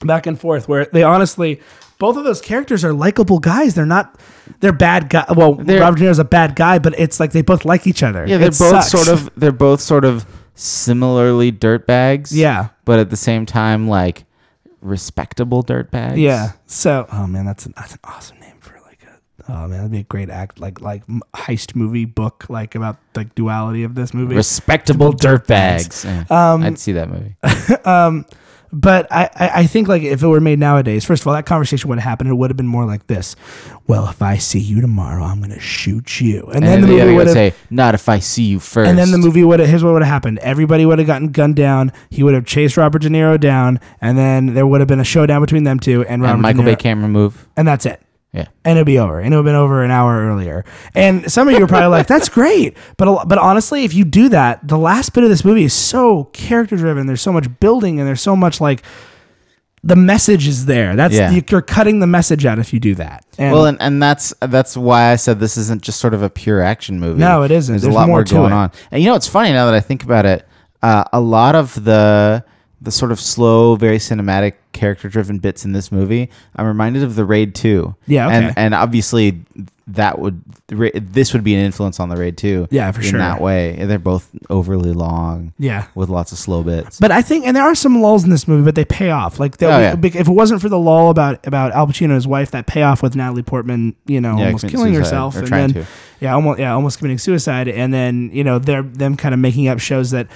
Speaker 1: back and forth where they honestly both of those characters are likable guys. They're not they're bad guy. Well,
Speaker 4: They're-
Speaker 1: Robert De Niro's a bad guy, but it's like they both like each other.
Speaker 4: Yeah, they're
Speaker 1: It
Speaker 4: both
Speaker 1: sucks.
Speaker 4: sort of they're both sort of similarly dirtbags.
Speaker 1: Yeah.
Speaker 4: But at the same time, like respectable dirtbags.
Speaker 1: Yeah. So, oh man, that's an, that's an awesome name for like a oh man, that'd be a great act like like m- heist movie book like about like duality of this movie.
Speaker 4: Respectable dirtbags. Yeah,
Speaker 1: Um,
Speaker 4: I'd see that movie.
Speaker 1: But I, I, I think like if it were made nowadays, first of all, that conversation wouldn't happen. It would have been more like this. Well, if I see you tomorrow, I'm gonna shoot you. And, then,
Speaker 4: And,
Speaker 1: the
Speaker 4: the other
Speaker 1: movie
Speaker 4: guy
Speaker 1: would
Speaker 4: would
Speaker 1: have.
Speaker 4: say, "Not if I see you first.
Speaker 1: And then the movie would have. Here's what would have happened. Everybody would have gotten gunned down. He would have chased Robert De Niro down, and then there would have been a showdown between them two and Robert
Speaker 4: and
Speaker 1: De
Speaker 4: Michael
Speaker 1: Niro-
Speaker 4: Bay camera move.
Speaker 1: and that's it.
Speaker 4: Yeah.
Speaker 1: And it'd be over. And it would have been over an hour earlier. And some of you are probably like, that's great. But, a lo- but honestly, if you do that, the last bit of this movie is so character driven. There's so much building and there's so much like the message is there. That's
Speaker 4: Yeah.
Speaker 1: you, you're cutting the message out if you do that. And
Speaker 4: Well,
Speaker 1: well,
Speaker 4: and, and that's that's why I said this isn't just sort of a pure action movie.
Speaker 1: No, it isn't.
Speaker 4: There's,
Speaker 1: There's
Speaker 4: a lot
Speaker 1: more
Speaker 4: more,
Speaker 1: to
Speaker 4: going
Speaker 1: it.
Speaker 4: on. And you know, it's funny now that I think about it. Uh, a lot of the the sort of slow, very cinematic, character driven bits in this movie, I'm reminded of the Raid Two.
Speaker 1: Yeah, okay.
Speaker 4: and and obviously that would the Ra- this would be an influence on the Raid Two.
Speaker 1: Yeah, for
Speaker 4: in
Speaker 1: sure.
Speaker 4: That way, And they're both overly long.
Speaker 1: Yeah.
Speaker 4: with lots of slow bits.
Speaker 1: but I think, and there are some lulls in this movie, but they pay off. Like, they'll
Speaker 4: Oh,
Speaker 1: be-
Speaker 4: yeah.
Speaker 1: bec- if it wasn't for the lull about about Al Pacino and his wife, that payoff with Natalie Portman, you know,
Speaker 4: Yeah,
Speaker 1: almost
Speaker 4: committing
Speaker 1: killing
Speaker 4: suicide,
Speaker 1: herself,
Speaker 4: or
Speaker 1: and
Speaker 4: trying
Speaker 1: then
Speaker 4: to.
Speaker 1: yeah, almost yeah, almost committing suicide, and then you know they're them kind of making up shows that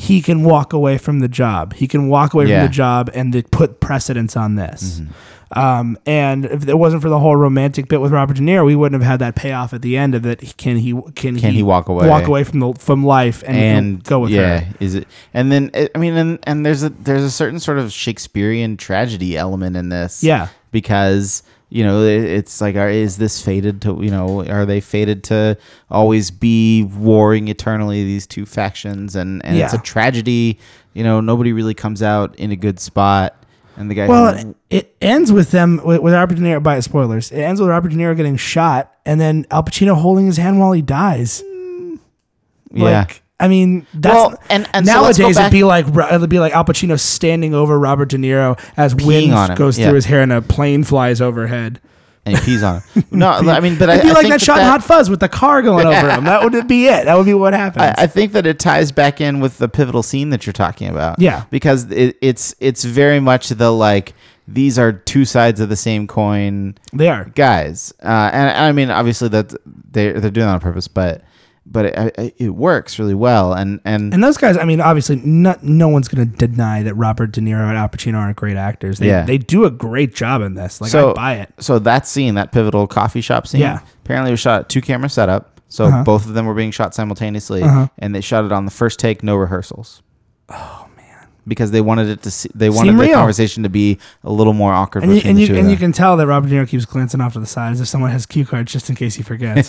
Speaker 1: he can walk away from the job, he can walk away
Speaker 4: Yeah. Mm-hmm.
Speaker 1: from the job, and to put precedence on this. Um, and if it wasn't for the whole romantic bit with Robert De Niro, we wouldn't have had that payoff at the end of that. Can he? Can,
Speaker 4: Can he walk away?
Speaker 1: Walk away from the from life and,
Speaker 4: and
Speaker 1: go with
Speaker 4: yeah,
Speaker 1: her.
Speaker 4: is it? And then eh, I- I mean, and and there's a there's a certain sort of Shakespearean tragedy element in this.
Speaker 1: Yeah.
Speaker 4: because you know it, it's like, are, is this fated to? You know, are they fated to always be warring eternally? These two factions, and and it's a
Speaker 1: Yeah.
Speaker 4: tragedy. You know, nobody really comes out in a good spot. And the guy,
Speaker 1: Well,
Speaker 4: who,
Speaker 1: it, it ends with them with, with Robert De Niro. By spoilers, it ends with Robert De Niro getting shot, and then Al Pacino holding his hand while he dies.
Speaker 4: yeah,
Speaker 1: Like, I mean, that's
Speaker 4: Well, and- and so let's go
Speaker 1: nowadays
Speaker 4: back-
Speaker 1: it'd be like Ro- it'd be like Al Pacino standing over Robert De Niro as wind
Speaker 4: on him,
Speaker 1: goes
Speaker 4: yeah.
Speaker 1: through his hair and a plane flies overhead.
Speaker 4: and he pees on him. No, I mean, but I,
Speaker 1: It'd be
Speaker 4: I
Speaker 1: like
Speaker 4: think
Speaker 1: that shot in Hot Fuzz with the car going over him. That would be it. That would be what happens.
Speaker 4: I, I think that it ties back in with the pivotal scene that you're talking about.
Speaker 1: Yeah.
Speaker 4: because it, it's it's very much the like these are two sides of the same coin
Speaker 1: they are.
Speaker 4: guys, uh, and, and I mean obviously that they they're doing that on purpose, but but it, it- it works really well, and and,
Speaker 1: And those guys, I mean, obviously, not, no one's going to deny that Robert De Niro and Al Pacino aren't great actors. They,
Speaker 4: Yeah.
Speaker 1: they do a great job in this. Like,
Speaker 4: so
Speaker 1: I buy it.
Speaker 4: So that scene, that pivotal coffee shop scene,
Speaker 1: Yeah. Uh-huh.
Speaker 4: apparently was shot at two camera setup. So both of them were being shot simultaneously, and they shot it on the first take, no rehearsals. Oh man! Because they wanted it to see, they wanted
Speaker 1: Seem
Speaker 4: the
Speaker 1: real.
Speaker 4: conversation to be a little more awkward
Speaker 1: And you,
Speaker 4: between
Speaker 1: and,
Speaker 4: the
Speaker 1: you,
Speaker 4: two.
Speaker 1: and you
Speaker 4: of
Speaker 1: can
Speaker 4: them.
Speaker 1: tell that Robert De Niro keeps glancing off to the side as if someone has cue cards just in case he forgets.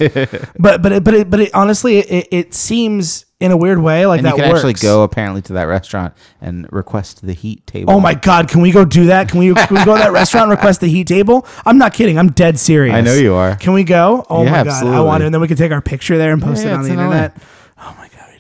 Speaker 1: but but it, but it, but it, honestly, it, it seems in a weird way like
Speaker 4: And
Speaker 1: that
Speaker 4: you can
Speaker 1: works.
Speaker 4: actually go apparently to that restaurant and request the heat table.
Speaker 1: Oh my God! Can we go do that? Can we, can we go to that restaurant and request the heat table? I'm not kidding. I'm dead serious.
Speaker 4: I know you are.
Speaker 1: Can we go? Oh
Speaker 4: Yeah,
Speaker 1: my God! I want
Speaker 4: absolutely.
Speaker 1: to. And then we can take our picture there and post
Speaker 4: Yeah,
Speaker 1: it on
Speaker 4: it's
Speaker 1: the
Speaker 4: in LA.
Speaker 1: internet. Oh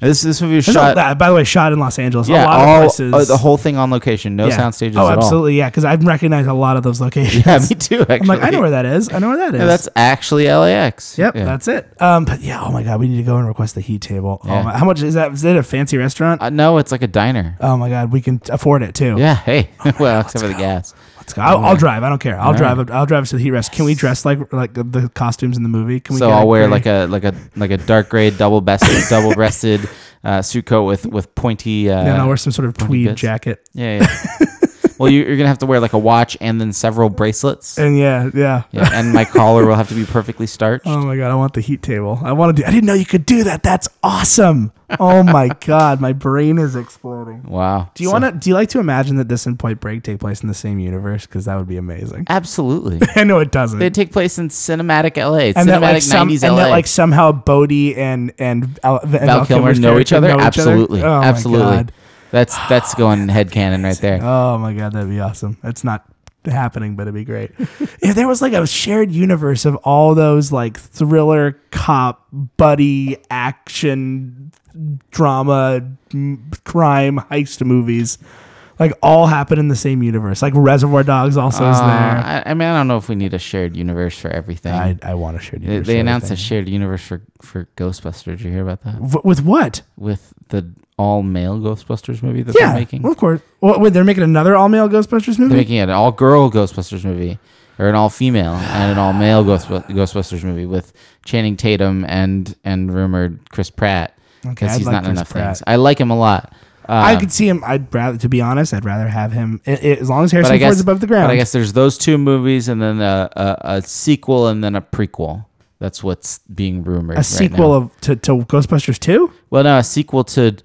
Speaker 4: This this movie was
Speaker 1: There's
Speaker 4: shot.
Speaker 1: a, that- by the way, shot in Los Angeles.
Speaker 4: yeah,
Speaker 1: a lot
Speaker 4: all-
Speaker 1: of places.
Speaker 4: oh, the whole thing on location, no sound stages
Speaker 1: Oh,
Speaker 4: at all.
Speaker 1: absolutely. Yeah, because I've recognized a lot of those locations.
Speaker 4: Yeah, me too. Actually,
Speaker 1: I'm like, I know where that is. I know where that is.
Speaker 4: Yeah, that's actually LAX.
Speaker 1: Yep,
Speaker 4: Yeah.
Speaker 1: that's it. Um, but yeah, oh my god, we need to go and request the heat table.
Speaker 4: Yeah.
Speaker 1: Oh my, how much is that? Is it a fancy restaurant?
Speaker 4: Uh, no, it's like a diner.
Speaker 1: oh my god, we can afford it too.
Speaker 4: Yeah. Hey. well, except for the gas.
Speaker 1: Let's go. I'll, I'll drive. I don't care. I'll drive. I'll drive us to the heat rest. Can we dress like like the costumes in the movie? Can we?
Speaker 4: So
Speaker 1: get
Speaker 4: I'll wear
Speaker 1: gray-
Speaker 4: like a like a like a dark gray double breasted double breasted uh, suit coat with with pointy. Uh,
Speaker 1: And I'll wear some sort of tweed
Speaker 4: goods.
Speaker 1: jacket.
Speaker 4: Yeah. yeah. well, you, you're gonna have to wear like a watch and then several bracelets.
Speaker 1: And yeah, yeah.
Speaker 4: Yeah, and my collar will have to be perfectly starched.
Speaker 1: Oh my god, I want the heat table. I want to do. I didn't know you could do that. That's awesome. Oh my god, my brain is exploding.
Speaker 4: wow.
Speaker 1: Do you want to? Do you like to imagine that this and Point Break take place in the same universe? Because that would be amazing.
Speaker 4: Absolutely.
Speaker 1: I know it doesn't.
Speaker 4: They take place in cinematic LA.
Speaker 1: and
Speaker 4: cinematic
Speaker 1: that like some,
Speaker 4: 90s
Speaker 1: and
Speaker 4: LA.
Speaker 1: that like somehow Bodhi and and Al, and
Speaker 4: Val Kilmer know each other? Absolutely.
Speaker 1: Oh
Speaker 4: Absolutely.
Speaker 1: my god!
Speaker 4: That's that's going headcanon right there.
Speaker 1: Oh my god, that'd be awesome. That's not happening, but it'd be great. if there was like a shared universe of all those like thriller, cop, buddy, action, drama, m- crime, heist movies. like all happen in the same universe. Like Reservoir Dogs also is
Speaker 6: Uh,
Speaker 1: there.
Speaker 6: I, I mean, I don't know if we need a shared universe for everything.
Speaker 1: I, I want to share.
Speaker 6: they they announced a shared universe for, for Ghostbusters. Did you hear about that?
Speaker 1: with what?
Speaker 6: With the all male Ghostbusters movie that
Speaker 1: Yeah,
Speaker 6: they're making?
Speaker 1: of course. What, wait, they're making another all male Ghostbusters movie.
Speaker 6: They're making it an all girl Ghostbusters movie, or an all female and an all male Ghost, Ghostbusters movie with Channing Tatum and and rumored Chris Pratt because
Speaker 1: I'd
Speaker 6: he's
Speaker 1: like
Speaker 6: not in
Speaker 1: Chris
Speaker 6: enough
Speaker 1: Pratt.
Speaker 6: things. I like him a lot. Uh,
Speaker 1: I could see him. I'd rather, to be honest, I'd rather have him i- i- as long as Harrison Ford's above the ground.
Speaker 6: But I guess there's those two movies and then a, a, a sequel and then a prequel. That's what's being rumored.
Speaker 1: a sequel of to, to Ghostbusters two.
Speaker 6: well, no, a sequel to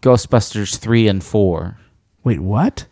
Speaker 6: Ghostbusters three and four.
Speaker 1: Wait, what?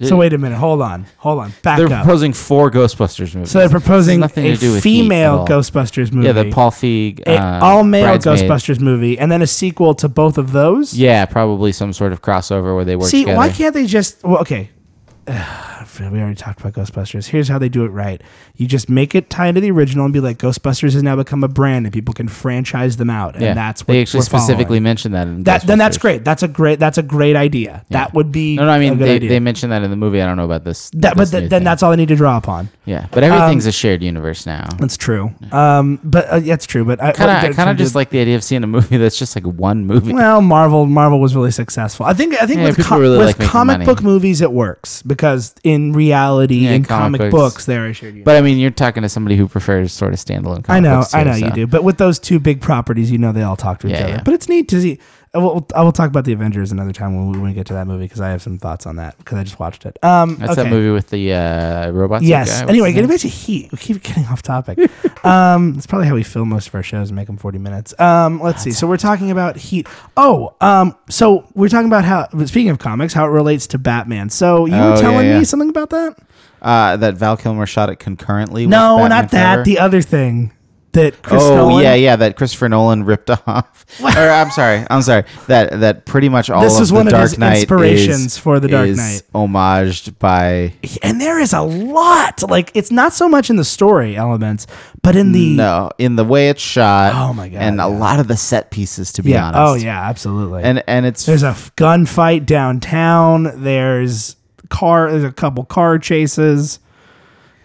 Speaker 1: So wait a minute. Hold on. Hold on. Back
Speaker 6: They're
Speaker 1: up.
Speaker 6: proposing four Ghostbusters movies.
Speaker 1: so they're proposing
Speaker 6: nothing
Speaker 1: a
Speaker 6: to do with Heat at
Speaker 1: female
Speaker 6: all.
Speaker 1: Ghostbusters movie.
Speaker 6: yeah, the Paul Feig
Speaker 1: a
Speaker 6: uh,
Speaker 1: all male
Speaker 6: Bridesmaid.
Speaker 1: Ghostbusters movie, and then a sequel to both of those.
Speaker 6: Yeah, probably some sort of crossover where they work
Speaker 1: See,
Speaker 6: together.
Speaker 1: why can't they just? Well, okay. we already talked about Ghostbusters. Here's how they do it right: you just make it tie to the original and be like, Ghostbusters has now become a brand, and people can franchise them out, and
Speaker 6: yeah.
Speaker 1: that's what
Speaker 6: they actually
Speaker 1: we're
Speaker 6: specifically
Speaker 1: following.
Speaker 6: mentioned that. In
Speaker 1: That, then that's
Speaker 6: Ghostbusters.
Speaker 1: great. That's a great. That's a great idea. That would be.
Speaker 6: No, no, I
Speaker 1: a
Speaker 6: mean
Speaker 1: good
Speaker 6: they,
Speaker 1: idea.
Speaker 6: they mentioned that in the movie. I don't know about this.
Speaker 1: that, but
Speaker 6: this
Speaker 1: th-
Speaker 6: new
Speaker 1: then
Speaker 6: thing.
Speaker 1: that's Um, all I need to draw upon.
Speaker 6: yeah. But everything's a shared universe now.
Speaker 1: That's true. Um, but uh, that's true. But I
Speaker 6: Kind of, I
Speaker 1: what-
Speaker 6: kind of just like the idea of seeing a movie that's just like one movie.
Speaker 1: Well, Marvel Marvel was really successful. I think I think
Speaker 6: Yeah,
Speaker 1: with,
Speaker 6: people
Speaker 1: com-
Speaker 6: really
Speaker 1: with
Speaker 6: like making
Speaker 1: comic
Speaker 6: money.
Speaker 1: book movies it works because in reality
Speaker 6: Yeah,
Speaker 1: in comic,
Speaker 6: comic
Speaker 1: books,
Speaker 6: books.
Speaker 1: there is shared universe.
Speaker 6: but I mean, you're talking to somebody who prefers sort of standalone. Comic
Speaker 1: I know,
Speaker 6: books too,
Speaker 1: I know
Speaker 6: so.
Speaker 1: you do. But with those two big properties, you know they all talk to each
Speaker 6: Yeah,
Speaker 1: other.
Speaker 6: yeah.
Speaker 1: But it's neat to see. I will, I will talk about the Avengers another time when we, when we get to that movie because I have some thoughts on that because I just watched it. Um,
Speaker 6: That's
Speaker 1: okay.
Speaker 6: that movie with the uh, robots.
Speaker 1: Yes.
Speaker 6: Guy. What's
Speaker 1: anyway,
Speaker 6: his
Speaker 1: getting
Speaker 6: name?
Speaker 1: back to Heat. We keep getting off topic. um, it's probably how we film most of our shows and make them 40 minutes. Um, let's see. So we're talking about Heat. Oh, um, so we're talking about how, speaking of comics, how it relates to Batman. So you
Speaker 4: Oh,
Speaker 1: were
Speaker 4: yeah,
Speaker 1: telling
Speaker 4: yeah.
Speaker 1: me something about that?
Speaker 4: Uh, that Val Kilmer shot it concurrently.
Speaker 1: No,
Speaker 4: with Batman
Speaker 1: not that.
Speaker 4: Forever.
Speaker 1: The other thing that Chris
Speaker 4: oh
Speaker 1: Nolan-
Speaker 4: yeah, yeah. That Christopher Nolan ripped off. or I'm sorry, I'm sorry. That that pretty much all
Speaker 1: This
Speaker 4: of
Speaker 1: was
Speaker 4: the
Speaker 1: one of
Speaker 4: Dark
Speaker 1: his
Speaker 4: Knight
Speaker 1: inspirations
Speaker 4: is-
Speaker 1: for The Dark
Speaker 4: is
Speaker 1: Knight.
Speaker 4: homaged by
Speaker 1: And there is a lot. Like, it's not so much in the story elements, but in the.
Speaker 4: no in the way it's shot.
Speaker 1: Oh my God,
Speaker 4: And
Speaker 1: yeah.
Speaker 4: a lot of the set pieces, to be
Speaker 1: Yeah. Oh,
Speaker 4: honest.
Speaker 1: yeah, absolutely.
Speaker 4: And and it's
Speaker 1: There's a f- gunfight downtown. There's car. There's a couple car chases.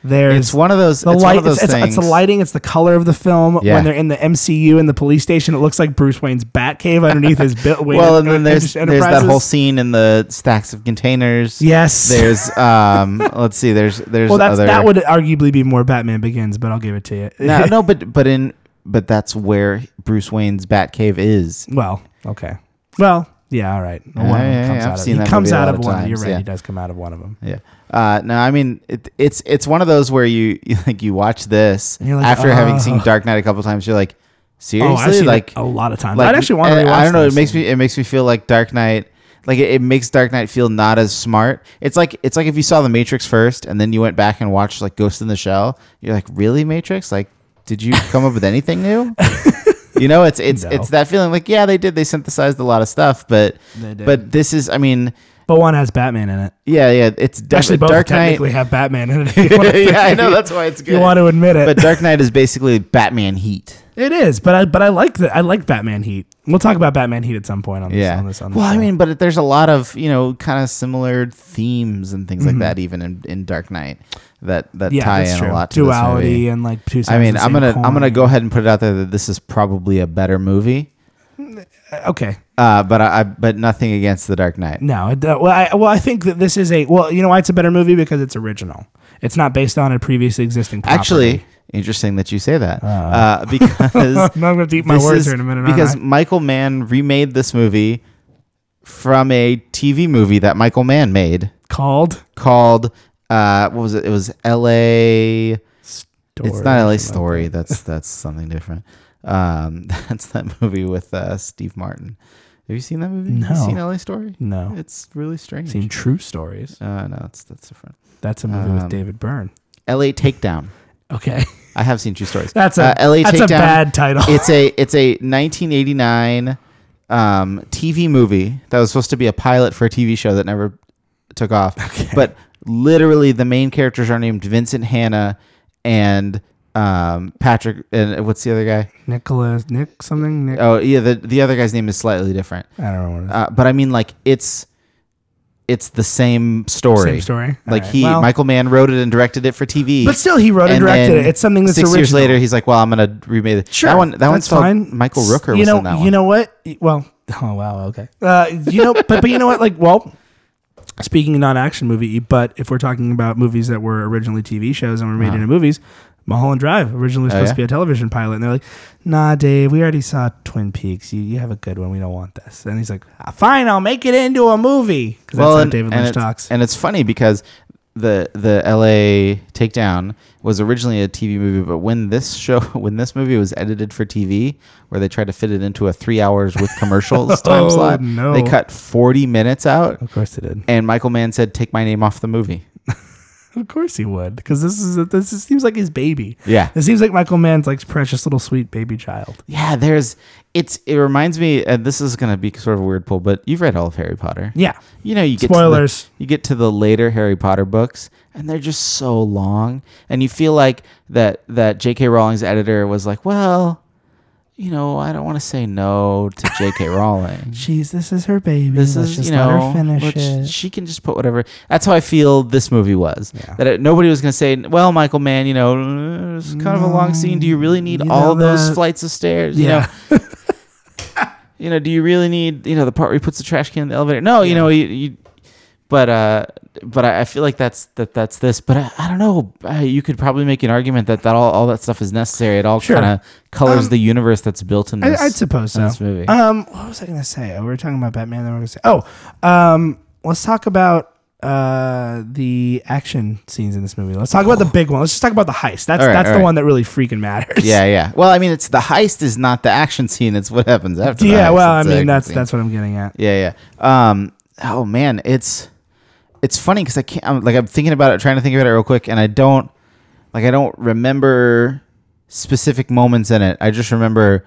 Speaker 1: There's
Speaker 4: it's one of those.
Speaker 1: the
Speaker 4: it's
Speaker 1: light.
Speaker 4: One of those
Speaker 1: it's, it's,
Speaker 4: things.
Speaker 1: it's the lighting. It's the color of the film.
Speaker 4: Yeah.
Speaker 1: When they're in the MCU in the police station, it looks like Bruce Wayne's Batcave underneath his bit.
Speaker 4: Well, and then there's there's that whole scene in the stacks of containers.
Speaker 1: Yes.
Speaker 4: There's um. let's see. There's there's
Speaker 1: well, that's
Speaker 4: other.
Speaker 1: that would arguably be more Batman Begins, but I'll give it to you.
Speaker 4: no, no, but but in but that's where Bruce Wayne's Batcave is.
Speaker 1: well, okay. Well, yeah. All right. One of
Speaker 4: Yeah,
Speaker 1: them
Speaker 4: yeah,
Speaker 1: comes
Speaker 4: yeah,
Speaker 1: out
Speaker 4: I've
Speaker 1: of-
Speaker 4: seen
Speaker 1: he
Speaker 4: that
Speaker 1: comes
Speaker 4: movie a
Speaker 1: out
Speaker 4: lot
Speaker 1: of
Speaker 4: of
Speaker 1: one. You're
Speaker 4: times,
Speaker 1: right.
Speaker 4: yeah.
Speaker 1: He does come out of one of them.
Speaker 4: Yeah. Uh, no, I mean it, it's it's one of those where you like you watch this
Speaker 1: you're like,
Speaker 4: after having
Speaker 1: "Ugh."
Speaker 4: seen Dark Knight a couple times. You're like, seriously,
Speaker 1: Oh, I've seen
Speaker 4: like
Speaker 1: like, a lot of times.
Speaker 4: like
Speaker 1: I'd actually want to.
Speaker 4: and
Speaker 1: Rewatch
Speaker 4: I don't know.
Speaker 1: this.
Speaker 4: It makes me it makes me feel like Dark Knight. Like it, it makes Dark Knight feel not as smart. It's like it's like if you saw The Matrix first and then you went back and watched like Ghost in the Shell. You're like, really, Matrix? Like, did you come up with anything new? you know, it's it's
Speaker 1: No.
Speaker 4: it's that feeling. Like, yeah, they did. They synthesized a lot of stuff, but
Speaker 1: did.
Speaker 4: but this is. I mean,
Speaker 1: but one has Batman in it.
Speaker 4: yeah, yeah. It's def-
Speaker 1: Actually, both
Speaker 4: Dark Knight.
Speaker 1: technically have Batman in it.
Speaker 4: yeah, I know. That's why it's
Speaker 1: you
Speaker 4: good.
Speaker 1: want to admit it.
Speaker 4: but Dark Knight is basically Batman Heat.
Speaker 1: it is. But I but I like that. I like Batman Heat. We'll talk about Batman Heat at some point on this.
Speaker 4: yeah.
Speaker 1: On this, on this
Speaker 4: well, I
Speaker 1: show.
Speaker 4: mean, but there's a lot of you know kind of similar themes and things like that, even in, in Dark Knight, that that
Speaker 1: Mm-hmm. yeah,
Speaker 4: tie
Speaker 1: that's
Speaker 4: in
Speaker 1: true.
Speaker 4: a lot to
Speaker 1: Duality
Speaker 4: this movie.
Speaker 1: and like two. Sides
Speaker 4: I
Speaker 1: of
Speaker 4: mean,
Speaker 1: the
Speaker 4: I'm
Speaker 1: same
Speaker 4: gonna
Speaker 1: coin.
Speaker 4: I'm gonna go ahead and put it out there that this is probably a better movie,
Speaker 1: Okay.
Speaker 4: uh, but I, I but nothing against the Dark Knight.
Speaker 1: No. It, uh, well, I, well, I think that this is a well. You know why it's a better movie because it's original. It's not based on a previously existing. Property.
Speaker 4: Actually, interesting that you say that uh, because
Speaker 1: I'm gonna deep my
Speaker 4: This
Speaker 1: words
Speaker 4: is
Speaker 1: here in a minute. aren't
Speaker 4: Because
Speaker 1: I?
Speaker 4: Michael Mann remade this movie from a TV movie that Michael Mann made
Speaker 1: called.
Speaker 4: called uh, what was it? It was L.A. It's not L.A.
Speaker 1: Story.
Speaker 4: Story. That's that's something different. Um, that's that movie with uh, Steve Martin. Have you seen that movie?
Speaker 1: No.
Speaker 4: You seen L.A. Story?
Speaker 1: No.
Speaker 4: It's really strange.
Speaker 1: Seen True Stories.
Speaker 4: uh, no, that's that's different.
Speaker 1: That's a movie with
Speaker 4: Um,
Speaker 1: David Byrne.
Speaker 4: L.A. Takedown.
Speaker 1: Okay.
Speaker 4: I have seen True Stories.
Speaker 1: That's a
Speaker 4: Uh, LA
Speaker 1: that's a
Speaker 4: Takedown.
Speaker 1: bad title.
Speaker 4: it's a it's a 1989 um, TV movie that was supposed to be a pilot for a TV show that never took off. But literally, the main characters are named Vincent Hanna and um, Patrick. And what's the other guy?
Speaker 1: Nicholas Nick something. Nick,
Speaker 4: Oh, yeah, the the other guy's name is slightly different.
Speaker 1: I don't know. What it is.
Speaker 4: Uh, but I mean, like it's it's the same story.
Speaker 1: Same story. All
Speaker 4: like
Speaker 1: right.
Speaker 4: he,
Speaker 1: Well-
Speaker 4: Michael Mann wrote it and directed it for TV.
Speaker 1: But still, he wrote and
Speaker 4: and
Speaker 1: directed
Speaker 4: then
Speaker 1: it. It's something that's
Speaker 4: six
Speaker 1: original.
Speaker 4: years later. He's like, well, I'm gonna remake it.
Speaker 1: Sure,
Speaker 4: that one. That one's
Speaker 1: that's fine.
Speaker 4: fine. Michael Rooker.
Speaker 1: you
Speaker 4: was
Speaker 1: know,
Speaker 4: in that
Speaker 1: you
Speaker 4: one.
Speaker 1: know what? Well,
Speaker 2: Oh wow. Okay.
Speaker 1: uh, you know, but but you know what? Like, well, speaking of non-action movie, but if we're talking about movies that were originally TV shows and were made into movies, Mulholland Drive originally was supposed
Speaker 4: Uh-huh. Oh, yeah?
Speaker 1: to be a television pilot, and they're like, "Nah, Dave, we already saw Twin Peaks. You, you have a good one. We don't want this." And he's like, "Ah, "Fine, I'll make it into a movie." Because that's how David Lynch
Speaker 4: it's-
Speaker 1: talks.
Speaker 4: And it's funny because the the LA takedown was originally a TV movie, but when this show when this movie was edited for TV, where they tried to fit it into a three hours with commercials time
Speaker 1: Oh,
Speaker 4: slot,
Speaker 1: no.
Speaker 4: they cut forty minutes out.
Speaker 1: of course, they did.
Speaker 4: And Michael Mann said, "Take my name off the movie."
Speaker 1: Of course he would, because this is this is, seems like his baby.
Speaker 4: Yeah.
Speaker 1: it seems like Michael Mann's like precious little sweet baby child.
Speaker 4: Yeah, there's. It's. It reminds me. And this is gonna be sort of a weird pull, but you've read all of Harry Potter.
Speaker 1: Yeah,
Speaker 4: You know, you get
Speaker 1: Spoilers.
Speaker 4: To the, you get to the later Harry Potter books, and they're just so long, and you feel like that that J.K. Rowling's editor was like, well, you know, I don't want to say no to J.K. Rowling.
Speaker 1: Jeez, this is her baby.
Speaker 4: This
Speaker 1: Let's
Speaker 4: is,
Speaker 1: just
Speaker 4: you know,
Speaker 1: let her finish
Speaker 4: let's-
Speaker 1: it.
Speaker 4: she can just put whatever. That's how I feel this movie was. That it, nobody was going to say, well, Michael Mann, you know, it's kind of a long scene. Do you really need
Speaker 1: Mm, you
Speaker 4: all
Speaker 1: know
Speaker 4: those
Speaker 1: that-
Speaker 4: flights of stairs? You know,
Speaker 1: yeah,
Speaker 4: you know, do you really need, you know, the part where he puts the trash can in the elevator? No, you know, you, you but, uh, but I I feel like that's, that that's this, but I, I don't know. Uh, you could probably make an argument that that all, all that stuff is necessary. It all
Speaker 1: Sure. Um,
Speaker 4: kind of colors the universe that's built in
Speaker 1: I,
Speaker 4: this.
Speaker 1: I'd suppose
Speaker 4: in
Speaker 1: so.
Speaker 4: This movie.
Speaker 1: Um, what was I gonna say? Oh, we were talking about Batman. Then we are gonna say, oh, um, let's talk about uh the action scenes in this movie. Let's talk about the big one. Let's just talk about the heist. That's
Speaker 4: Oh. All right,
Speaker 1: that's
Speaker 4: all
Speaker 1: the
Speaker 4: right.
Speaker 1: one that really freaking matters.
Speaker 4: yeah. Yeah. Well, I mean, it's the heist is not the action scene. It's what happens after. the
Speaker 1: Yeah,
Speaker 4: heist.
Speaker 1: well, I
Speaker 4: It's the
Speaker 1: mean,
Speaker 4: action
Speaker 1: that's
Speaker 4: scene.
Speaker 1: that's what I'm getting at.
Speaker 4: Yeah, yeah. Um, oh man, it's it's funny because I can't. I'm, like I'm thinking about it, trying to think about it real quick, and I don't like I don't remember specific moments in it. I just remember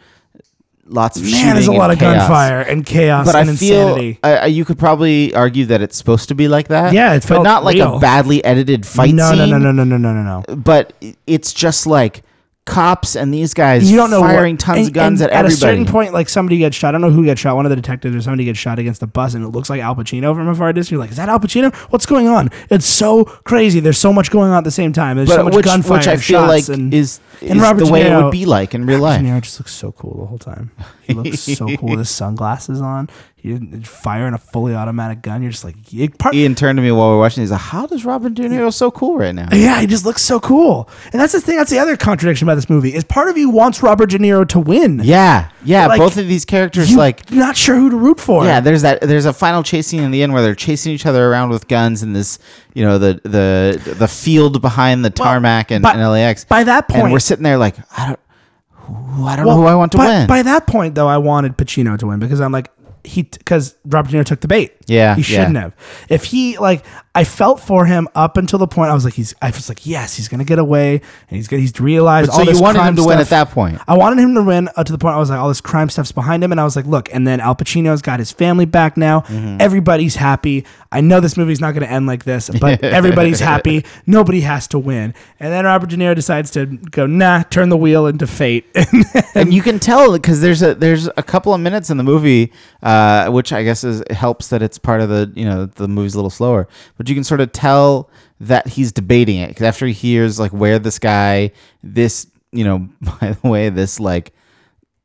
Speaker 4: lots of shooting
Speaker 1: Man, there's a
Speaker 4: and
Speaker 1: lot of
Speaker 4: chaos.
Speaker 1: gunfire and chaos
Speaker 4: But
Speaker 1: and
Speaker 4: I feel
Speaker 1: insanity.
Speaker 4: I, I- you could probably argue that it's supposed to be like that.
Speaker 1: Yeah, it
Speaker 4: but
Speaker 1: felt
Speaker 4: not like
Speaker 1: real.
Speaker 4: a badly edited fight
Speaker 1: no,
Speaker 4: scene.
Speaker 1: no, no, no, no, no, no, no, no.
Speaker 4: But i- it's just like cops and these guys.
Speaker 1: you don't know what-
Speaker 4: firing tons
Speaker 1: and-
Speaker 4: of guns
Speaker 1: and
Speaker 4: at everybody.
Speaker 1: a certain point like somebody gets shot i don't know who gets shot one of the detectives or somebody gets shot against the bus and it looks like al pacino from a far distance you're like is that al pacino what's going on it's so crazy there's so much going on at the same time there's so much gunfire
Speaker 4: which I
Speaker 1: and
Speaker 4: feel
Speaker 1: shots
Speaker 4: like
Speaker 1: and,
Speaker 4: is,
Speaker 1: and
Speaker 4: is
Speaker 1: Robert
Speaker 4: the
Speaker 1: De
Speaker 4: way it
Speaker 1: Niro-
Speaker 4: would be like in real
Speaker 1: De
Speaker 4: life.
Speaker 1: Niro just looks so cool the whole time. He looks so cool with his sunglasses on. He firing a fully automatic gun. You're just like, yeah, part,
Speaker 4: Ian turned to me while we were watching. He's like, "How does Robert De Niro so cool right now?"
Speaker 1: Yeah, he just looks so cool. And that's the thing. That's the other contradiction about this movie is part of you wants Robert De Niro to win.
Speaker 4: Yeah, yeah.
Speaker 1: Like,
Speaker 4: both of these characters,
Speaker 1: you
Speaker 4: like,
Speaker 1: not sure who to root for.
Speaker 4: yeah. There's that. There's a final chase scene in the end where they're chasing each other around with guns and this, you know, the the the field behind the tarmac and,
Speaker 1: by-
Speaker 4: and LAX.
Speaker 1: by that
Speaker 4: and we're
Speaker 1: point-
Speaker 4: sitting there like, I don't, who- I don't know who I want to
Speaker 1: by,
Speaker 4: win.
Speaker 1: By that point, though, I wanted Pacino to win because I'm like he because Robert De Niro took the bait.
Speaker 4: Yeah,
Speaker 1: he
Speaker 4: yeah.
Speaker 1: shouldn't have. If he like, I felt for him up until the point I was like, he's. I was like, yes, he's gonna get away, and he's gonna he's realized.
Speaker 4: But
Speaker 1: all
Speaker 4: so you
Speaker 1: this
Speaker 4: wanted
Speaker 1: crime
Speaker 4: him to win
Speaker 1: stuff-
Speaker 4: at that point.
Speaker 1: I wanted him to win uh, to the point I was like, all this crime stuff's behind him, and I was like, look, and then Al Pacino's got his family back now.
Speaker 4: Mm-hmm.
Speaker 1: Everybody's happy. I know this movie's not going to end like this, but everybody's happy. Nobody has to win. And then Robert De Niro decides to go, nah, turn the wheel into fate.
Speaker 4: and you can tell because there's a there's a couple of minutes in the movie, uh, which I guess is helps that it's part of the you know the movie's a little slower, but you can sort of tell that he's debating it because after he hears like where this guy this you know by the way this like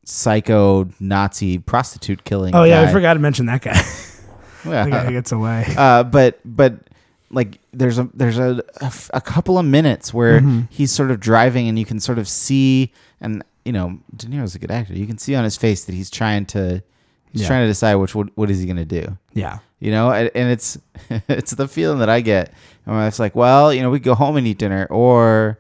Speaker 4: psycho Nazi prostitute killing
Speaker 1: oh yeah,
Speaker 4: guy-
Speaker 1: I forgot to mention that guy.
Speaker 4: Yeah.
Speaker 1: the guy who gets away.
Speaker 4: Uh, but but like there's a there's a a f- a couple of minutes where
Speaker 1: Mm-hmm.
Speaker 4: he's sort of driving and you can sort of see and you know De Niro's a good actor. You can see on his face that he's trying to he's
Speaker 1: Yeah.
Speaker 4: trying to decide which what, what is he gonna do.
Speaker 1: Yeah.
Speaker 4: You know, and, and it's it's the feeling that I get. And my wife's like, well, you know, we go home and eat dinner, or